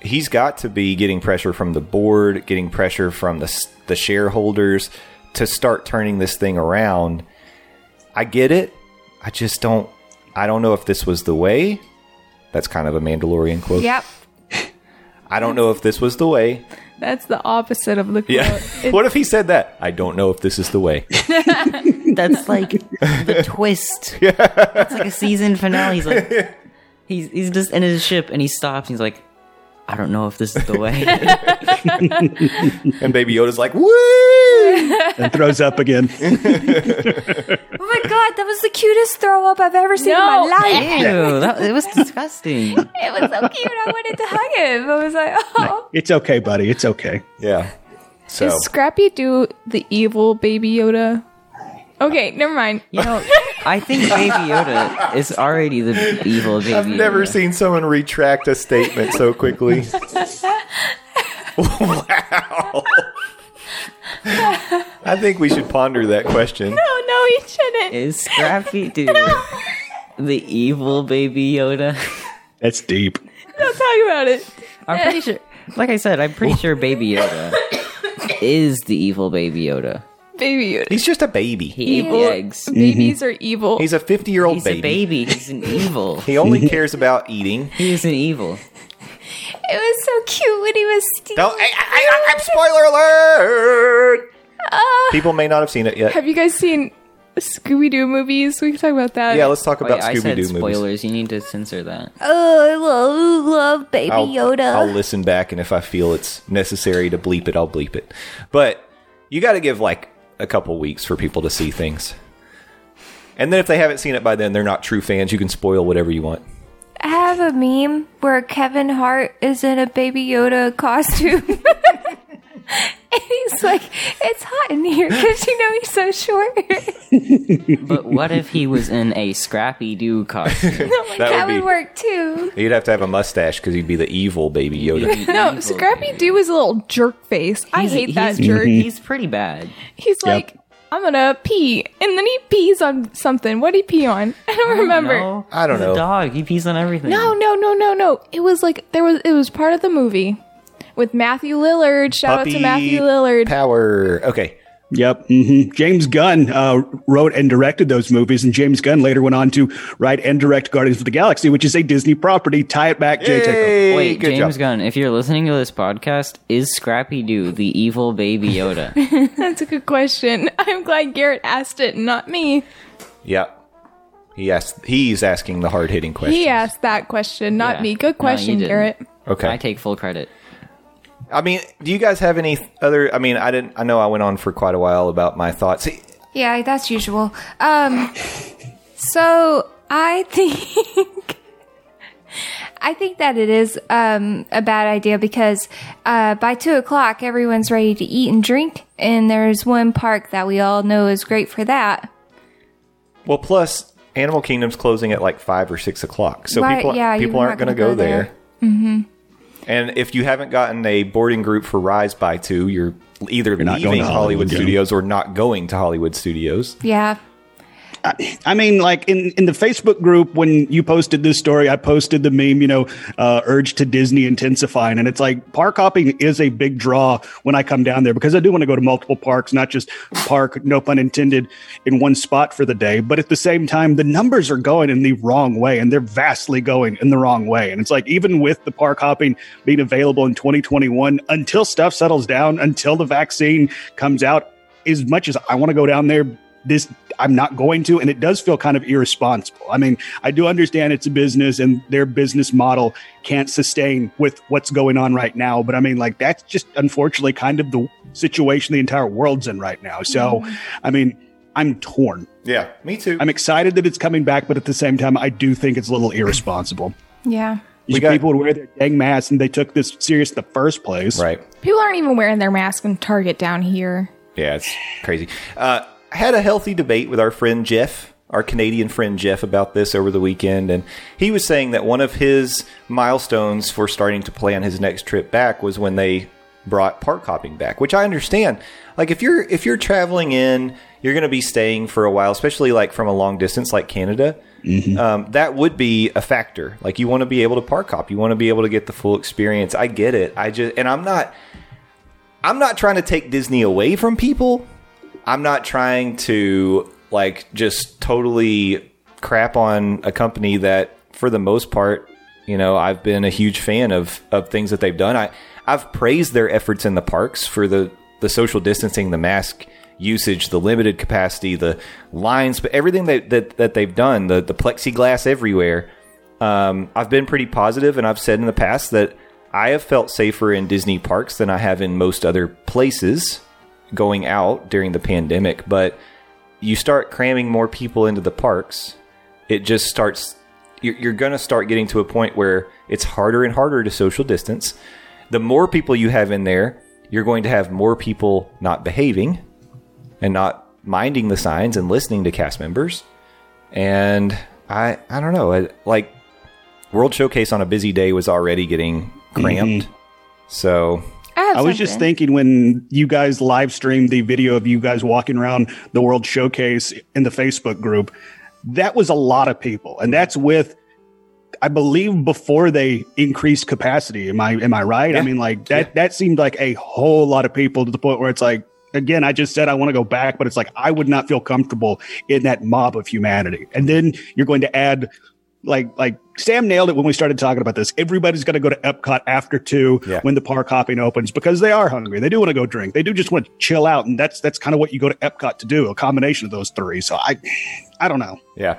he's got to be getting pressure from the board, getting pressure from the s- the shareholders to start turning this thing around. I get it. I just don't I don't know if this was the way. That's kind of a Mandalorian quote.
Yep.
I don't know if this was the way.
That's the opposite of the quote.
Yeah. what if he said that? I don't know if this is the way.
That's like the twist. It's like a season finale. He's like, he's, he's just in his ship and he stops and he's like, I don't know if this is the way.
And Baby Yoda's like, woo!
And throws up again.
Oh my god, that was the cutest throw up I've ever seen in
No.
my life.
Ew, that, it was disgusting.
It was so cute. I wanted to hug him. I was like, oh.
It's okay, buddy. It's okay.
Yeah. So,
Does Scrappy do the evil Baby Yoda? Okay, never mind.
You know, I think Baby Yoda is already the evil Baby
I've never
Yoda.
seen someone retract a statement so quickly. wow. I think we should ponder that question.
Oh no, he shouldn't.
Is Scrappy Doo the evil Baby Yoda?
That's deep.
Don't talk about it.
I'm pretty sure. Like I said, I'm pretty sure Baby Yoda is the evil Baby Yoda.
Baby Yoda.
He's just a baby.
He
Evil
eggs.
Babies are evil.
He's a 50 year old
He's
baby.
a baby. He's an evil.
He only cares about eating.
He is an evil.
It was so cute when he was Steve.
Don't, I, I, I, I, spoiler alert! People may not have seen it yet.
Have you guys seen Scooby Doo movies. We can talk about that.
Yeah, let's talk
Wait,
about
Oh, I
Scooby
said
Doo
spoilers.
movies.
You need to censor that.
Oh, I love, love Baby
I'll,
Yoda.
I'll listen back, and if I feel it's necessary to bleep it, I'll bleep it. But you got to give like a couple weeks for people to see things. And then if they haven't seen it by then, they're not true fans. You can spoil whatever you want.
I have a meme where Kevin Hart is in a Baby Yoda costume. and he's like, it's hot in here because you know he's so short.
But what if he was in a Scrappy Doo costume?
that,
that
would be.
would work too.
You'd have to have a mustache because you'd be the evil baby Yoda.
No, Scrappy Doo is a little jerk face. I
He's-
hate that
he's-
jerk.
He's pretty bad.
He's like, I'm gonna pee, and then he pees on something. What would he pee on? I don't remember.
No,
I don't
he's
know.
A dog. He pees on everything.
No, no, no, no, no. It was like there was. It was part of the movie with Matthew Lillard. Shout out to Matthew Lillard.
Power. Okay.
Yep. hmm James Gunn uh, wrote and directed those movies, and James Gunn later went on to write and direct Guardians of the Galaxy, which is a Disney property. Tie it back, Jay. Take over.
Hey,
Wait,
good
James
job.
Gunn, if you're listening to this podcast, is Scrappy Doo the evil baby Yoda?
That's a good question. I'm glad Garrett asked it, not me.
Yeah. He asked, he's asking the hard hitting question.
He asked that question, not
Yeah.
me. Good
No, you
question,
didn't.
Garrett.
Okay.
I take full credit.
I mean, do you guys have any other? I mean, I didn't. I know I went on for quite a while about my thoughts. See,
Yeah, that's usual. Um, so I think I think that it is um, a bad idea because uh, by two o'clock everyone's ready to eat and drink, and there's one park that we all know is great for that.
Well, plus Animal Kingdom's closing at like five or six o'clock, so
Right,
people
yeah,
people
you're
aren't
not
going to
gonna
go,
go
there. Mm-hmm.
there.
And if you haven't gotten a boarding group for Rise by two, you're either
not going
leaving
to
Hollywood
Hollywood, yeah.
Studios or not going to Hollywood Studios.
Yeah,
I mean, like in, in the Facebook group, when you posted this story, I posted the meme, you know, uh, urge to Disney intensifying. And it's like park hopping is a big draw when I come down there because I do want to go to multiple parks, not just park, no pun intended, in one spot for the day. But at the same time, the numbers are going in the wrong way and they're vastly going in the wrong way. And it's like, even with the park hopping being available in 2021, until stuff settles down, until the vaccine comes out, as much as I want to go down there, this I'm not going to, and it does feel kind of irresponsible. I mean, I do understand it's a business and their business model can't sustain with what's going on right now, but I mean, like that's just unfortunately kind of the situation the entire world's in right now. So, I mean, I'm torn.
Yeah, me too.
I'm excited that it's coming back, but at the same time, I do think it's a little irresponsible.
yeah.
These
got-
people would wear their dang masks and they took this serious in the first place.
right.
People aren't even wearing their mask in Target down here.
Yeah, it's crazy. Uh, I had a healthy debate with our friend Jeff, our Canadian friend Jeff, about this over the weekend, and he was saying that one of his milestones for starting to plan his next trip back was when they brought park hopping back, which I understand. Like if you're if you're traveling in, you're going to be staying for a while, especially like from a long distance like Canada. Um, that would be a factor. Like you want to be able to park hop, you want to be able to get the full experience. I get it. I just and I'm not. I'm not trying to take Disney away from people. I'm not trying to like just totally crap on a company that for the most part, you know, I've been a huge fan of of things that they've done. I I've praised their efforts in the parks for the the social distancing, the mask usage, the limited capacity, the lines, but everything that that, that they've done, the the plexiglass everywhere. Um, I've been pretty positive, and I've said in the past that I have felt safer in Disney parks than I have in most other places going out during the pandemic. But you start cramming more people into the parks, it just starts. You're, you're going to start getting to a point where it's harder and harder to social distance. The more people you have in there, you're going to have more people not behaving and not minding the signs and listening to cast members. And I, I don't know. I, like World Showcase on a busy day was already getting cramped. So
I, have
I was just Hmm.
something.
thinking when you guys live streamed the video of you guys walking around the World Showcase in the Facebook group, that was a lot of people, and that's with, I believe, before they increased capacity. Am I am I right? I mean, like that that seemed like a whole lot of people to the point where it's like, again, I just said I want to go back, but it's like I would not feel comfortable in that mob of humanity. And then you're going to add like like Sam nailed it when we started talking about this. Everybody's going to go to Epcot after two
Yeah.
when the park hopping opens because they are hungry. They do want to go drink. They do just want to chill out, and that's that's kind of what you go to Epcot to do—a combination of those three. So I, I don't know,
Yeah.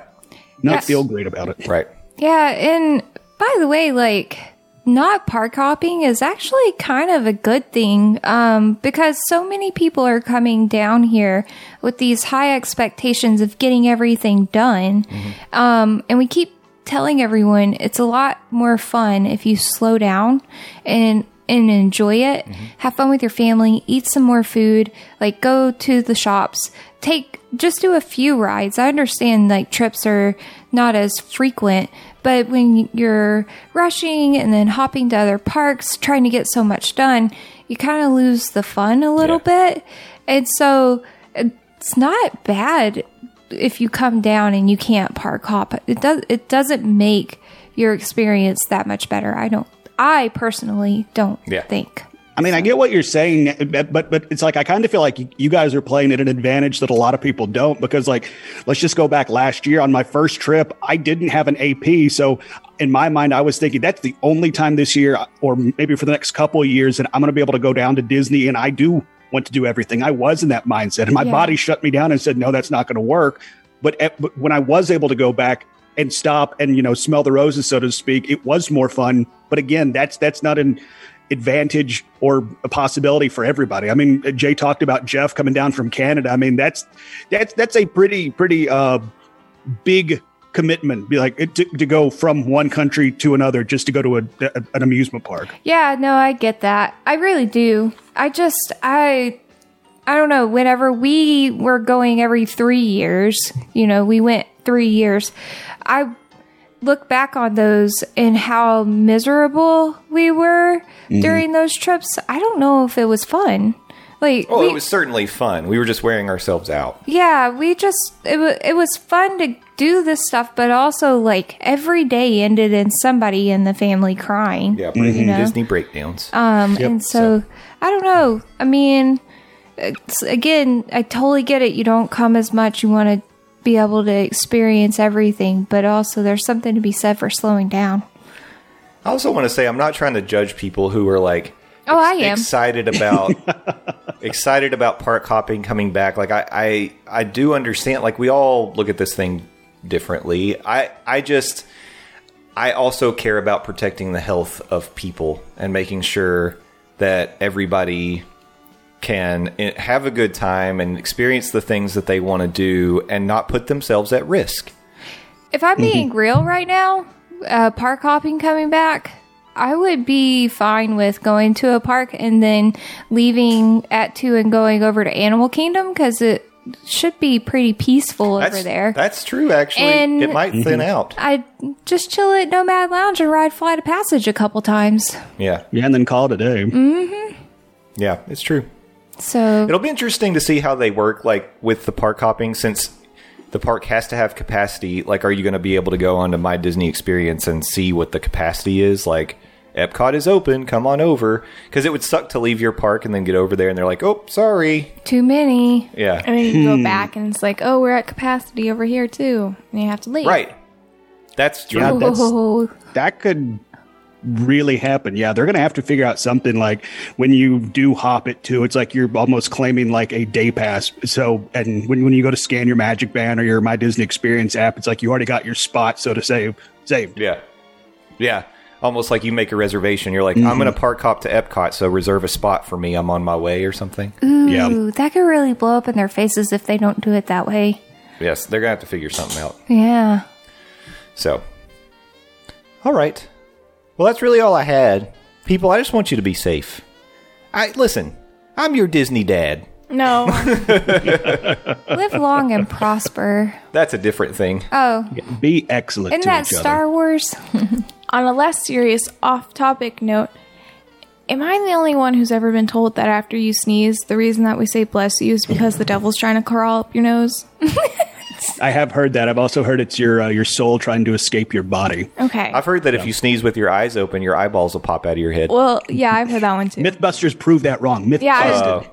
not
Yes.
feel great about it.
Right.
Yeah, and by the way, like not park hopping is actually kind of a good thing um, because so many people are coming down here with these high expectations of getting everything done. Um, and we keep telling everyone it's a lot more fun if you slow down and and enjoy it. Have fun with your family, eat some more food, like go to the shops, take just do a few rides. I understand like trips are not as frequent, but when you're rushing and then hopping to other parks trying to get so much done, you kind of lose the fun a little bit. And so it's not bad if you come down and you can't park hop. It does it doesn't make your experience that much better. I don't I personally don't
Yeah.
think.
I mean, I get what you're saying, but but, but it's like I kind of feel like you- you guys are playing at an advantage that a lot of people don't because, like, let's just go back last year on my first trip, I didn't have an AP, so in my mind, I was thinking that's the only time this year, or maybe for the next couple of years, that I'm going to be able to go down to Disney, and I do want to do everything. I was in that mindset, and my
Yeah.
body shut me down and said, no, that's not going to work. But, at, but when I was able to go back and stop and you know smell the roses, so to speak, it was more fun. But again, that's that's not an advantage or a possibility for everybody. I mean, Jay talked about Jeff coming down from Canada. I mean, that's that's that's a pretty pretty uh, big commitment. Be like it, to, to go from one country to another just to go to a, a- an amusement park.
Yeah, no, I get that. I really do. I just I I don't know, whenever we were going every 3 years, you know, we went 3 years. I look back on those and how miserable we were during those trips. I don't know if it was fun. Like
Oh,
we-
it was certainly fun. We were just wearing ourselves out.
yeah, we just it, w- it was fun to do this stuff, but also like every day ended in somebody in the family crying.
Yeah, breaking
Mhm.
Disney breakdowns.
Um, and so, I don't know. I mean, it's, again, I totally get it. You don't come as much. You want to be able to experience everything, but also there's something to be said for slowing down.
I also want to say I'm not trying to judge people who are like
Oh, I am.
excited about excited about park hopping coming back. Like I, I I do understand like we all look at this thing differently. I I just I also care about protecting the health of people and making sure that everybody can eh, have a good time and experience the things that they want to do and not put themselves at risk.
If I'm being
Mm-hmm.
real right now, uh, park hopping coming back, I would be fine with going to a park and then leaving at two and going over to Animal Kingdom because it should be pretty peaceful over
That's,
there.
That's true actually.
And-
it might thin out.
I'd just chill at Nomad Lounge and ride Flight of Passage a couple times.
Yeah.
Yeah, and then call it a day.
Yeah, it's true.
So
It'll be interesting to see how they work, like with the park hopping, since the park has to have capacity. Like, are you going to be able to go onto My Disney Experience and see what the capacity is? Like, Epcot is open, come on over. Because it would suck to leave your park and then get over there and they're like, oh, sorry.
too many.
Yeah.
And then you go back and it's like, oh, we're at capacity over here too. And you have to leave.
Right. That's true.
Yeah, that's-
Oh,
that could really happen. Yeah, they're going to have to figure out something like when you do hop it too. It's like you're almost claiming like a day pass. So, and when when you go to scan your Magic Band or your My Disney Experience app, it's like you already got your spot, so to say, saved.
yeah. Yeah. Almost like you make a reservation. You're like, I'm going to park hop to Epcot, so reserve a spot for me. I'm on my way or something.
ooh,
Yeah.
that could really blow up in their faces if they don't do it that way.
Yes, they're going to have to figure something out.
Yeah.
So, all right. Well, that's really all I had. People, I just want you to be safe. I listen. I'm your Disney dad.
No.
Live long and prosper.
That's a different thing.
Uh,
Oh,
Be excellent
isn't
to
that
each other.
Star Wars?
On a less serious, off topic note, am I the only one who's ever been told that after you sneeze, the reason that we say bless you is because the devil's trying to crawl up your nose?
I have heard that. I've also heard it's your uh, your soul trying to escape your body.
Okay.
I've heard that if you sneeze with your eyes open, your eyeballs will pop out of your head.
well, yeah, I've heard that one too.
MythBusters proved that wrong. Myth
Yeah, I-
busted.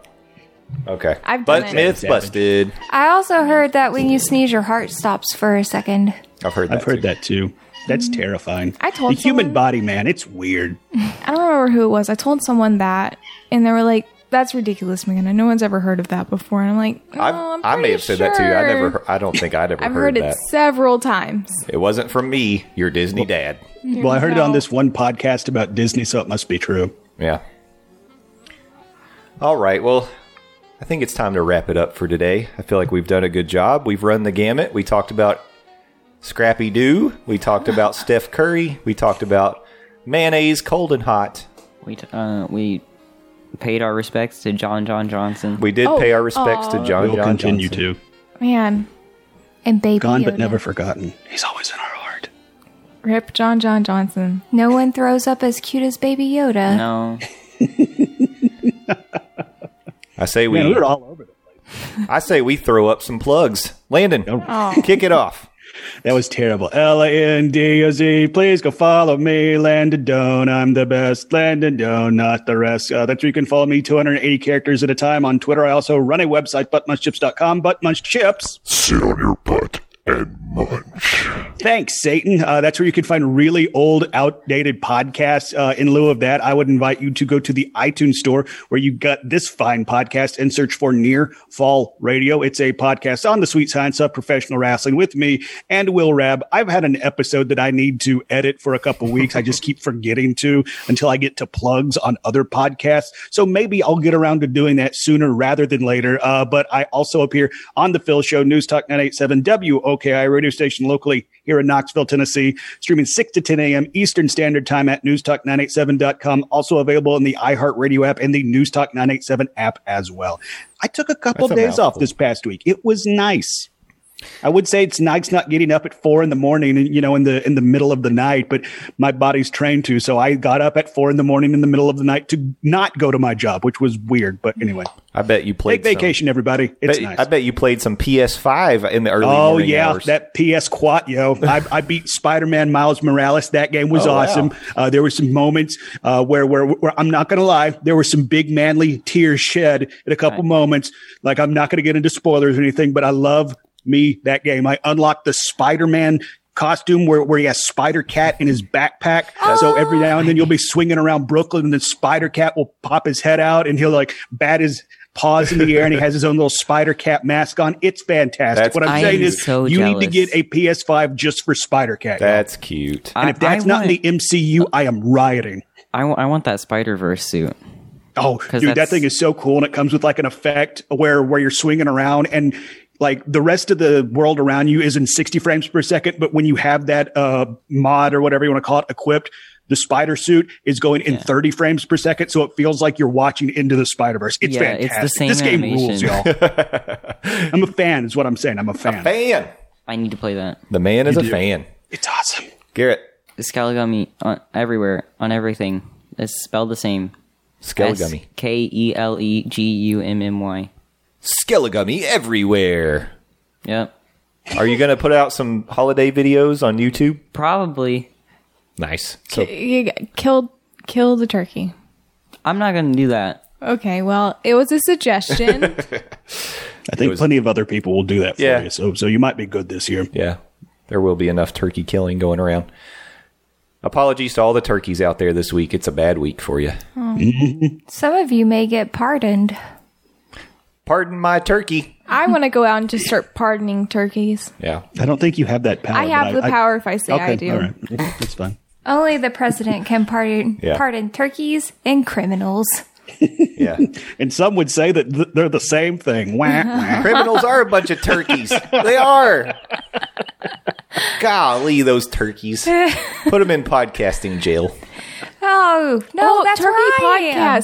okay.
I've
but
done it.
myth's busted.
I also heard that when you sneeze, your heart stops for a second.
I've heard that.
I've heard
too.
that too. That's terrifying.
Mm-hmm. I told
the human
someone-
body, man. It's weird.
I don't remember who it was. I told someone that, and they were like, "That's ridiculous, McKenna. No one's ever heard of that before." And I'm like, no,
I've,
Oh, I'm
I may
pretty
have said that to you. I
sure.
never. he- I don't think I'd ever
I've
heard,
heard,
that.
it several times.
It wasn't from me, your Disney dad.
Well, I heard it on
No.
this one podcast about Disney, so it must be true.
Yeah. All right. Well, I think it's time to wrap it up for today. I feel like we've done a good job. We've run the gamut. We talked about Scrappy Doo. We talked about Steph Curry. We talked about mayonnaise, cold and hot.
We t- uh, we paid our respects to John John Johnson.
We did
Oh,
pay our respects to John
We'll
John
continue
Johnson.
to.
Man,
And baby,
Gone but
Yoda.
never forgotten. He's always in our heart.
rip John John Johnson.
No one throws up as cute as Baby Yoda.
no,
I say we.
Man, we were all over that.
I say we throw up some plugs. Landon, kick it off.
That was terrible. L A N D O Z. Please go follow me, Landon Doan. I'm the best, Landon Doan, not the rest. Uh, that's where you can follow me 280 characters at a time on Twitter. I also run a website, buttmunchchips.com, buttmunchchips.
Sit on your butt and munch.
Thanks, Satan. Uh, that's where you can find really old, outdated podcasts. Uh, in lieu of that, I would invite you to go to the iTunes store where you got this fine podcast and search for Near Fall Radio. It's a podcast on the sweet science of professional wrestling with me and Will Rab. I've had an episode that I need to edit for a couple weeks. I just keep forgetting to until I get to plugs on other podcasts. So maybe I'll get around to doing that sooner rather than later. Uh, but I also appear on the Phil Show, News Talk 987 WOKI radio station locally here in Knoxville, Tennessee, streaming 6 to 10 a.m. Eastern Standard Time at newstalk987.com. Also available in the iHeartRadio app and the News Talk 987 app as well. I took a couple
That's a
days off
mouthful.
this past week. It was nice. I would say it's nice not getting up at four in the morning, and you know, in the in the middle of the night. But my body's trained to, so I got up at four in the morning in the middle of the night to not go to my job, which was weird. But anyway,
I bet you played
take vacation, everybody. It's
Some, bet-
nice.
I bet you played some PS5 in the early
Oh
morning
yeah,
hours.
that PS Quat, yo! I, I beat Spider-Man Miles Morales. That game was
Oh, wow.
awesome. Uh, there were some moments uh, where, where where I'm not gonna lie, there were some big manly tears shed at a couple moments. Like I'm not gonna get into spoilers or anything, but I love me that game. I unlocked the Spider-Man costume where, where he has spider cat in his backpack
Oh.
so every now and then you'll be swinging around brooklyn and the spider cat will pop his head out and he'll like bat his paws in the air and he has his own little spider cat mask on it's fantastic
That's
what i'm
I
saying
am
is
so
you need to
jealous.
get a PS5 just for Spider Cat.
That's cute.
and if that's
I
not
want, Oh.
in the MCU, I am rioting.
I wa- I want that Spider Verse suit.
Oh, dude, that
that's-
thing is so cool, and it comes with like an effect where where you're swinging around and. Like the rest of the world around you is in 60 frames per second, but when you have that uh, mod or whatever you want to call it equipped, the spider suit is going in 30 frames per second, so it feels like you're watching into the Spider Verse. It's
Yeah, it's the
fantastic.
same
this game rules, y'all.
animation.
I'm a fan, is what I'm saying. I'm a fan.
fan.
I need to play that.
The man is a fan.
It's awesome.
Garrett
Scaligami on everywhere on everything. It's spelled the same.
Skelligummy.
K e l e g u m m y.
Skelligummy everywhere.
Yep.
Are you going to put out some holiday videos on YouTube?
Probably.
Nice. So
You got- killed killed the turkey.
I'm not gonna do that.
Okay, well, it was a suggestion.
I think plenty of other people will do that for
Yeah.
you. So, so you might be good this year.
yeah, there will be enough turkey killing going around. Apologies to all the turkeys out there this week. It's a bad week for you.
Some of you may get pardoned.
Pardon my turkey.
I want to go out and just start pardoning turkeys.
Yeah.
I don't think you have that power.
I
Oh, but
have the power if I say
okay,
I do.
All right. That's fine.
Only the president can pardon
Yeah.
pardon turkeys and criminals.
Yeah.
And some would say that th- they're the same thing. Wah, wah.
Criminals are a bunch of turkeys. They are. Golly, those turkeys. Put them in podcasting jail.
Oh no,
Oh,
that's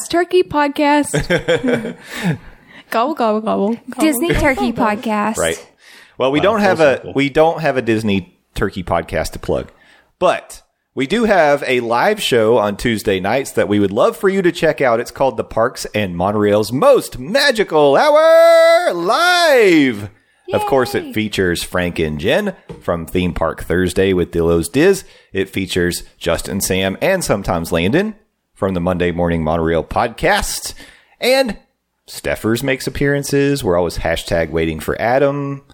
turkey
right.
podcast. Turkey podcast. gobble gobble gobble.
Disney Turkey podcast.
Right. Well, we don't have a we don't have a Disney turkey podcast to plug, but we do have a live show on Tuesday nights that we would love for you to check out. It's called the Parks and Monorail's Most Magical Hour Live. Of course, it features Frank and Jen from Theme Park Thursday with Dillo's Diz. It features Justin, Sam, and sometimes Landon from the Monday Morning Monorail podcast. And Steffers makes appearances. We're always hashtag waiting for Adam.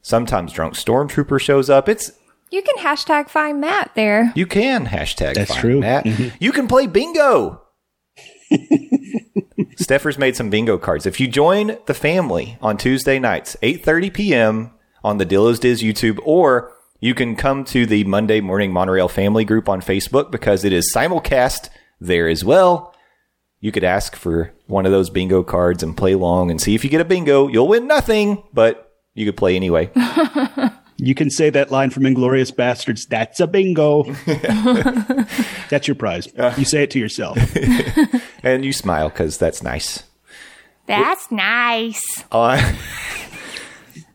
Sometimes drunk stormtrooper shows up. It's
You can hashtag find Matt there.
You can hashtag.
That's
find
true. Mm-hmm.
Matt. You can play bingo. Steffers made some bingo cards. If you join the family on Tuesday nights, eight thirty p.m. on the Dillos Diz YouTube, or you can come to the Monday Morning Monorail Family Group on Facebook because it is simulcast there as well. You could ask for one of those bingo cards and play along and see if you get a bingo. You'll win nothing, but you could play anyway.
You can say that line from Inglorious Bastards. That's a bingo. That's your prize. You say it to yourself.
and you smile because that's nice.
That's nice.
on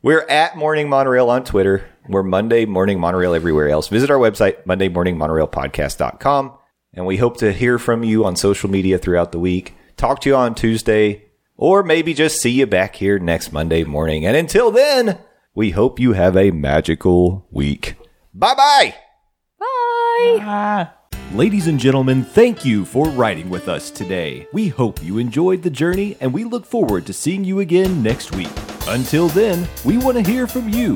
we're at morning monorail on twitter we're monday morning monorail everywhere else visit our website monday morning monorail podcast.com and we hope to hear from you on social media throughout the week talk to you on tuesday or maybe just see you back here next monday morning and until then we hope you have a magical week bye bye
Ladies and gentlemen, thank you for riding with us today. We hope you enjoyed the journey and we look forward to seeing you again next week. Until then, we want to hear from you.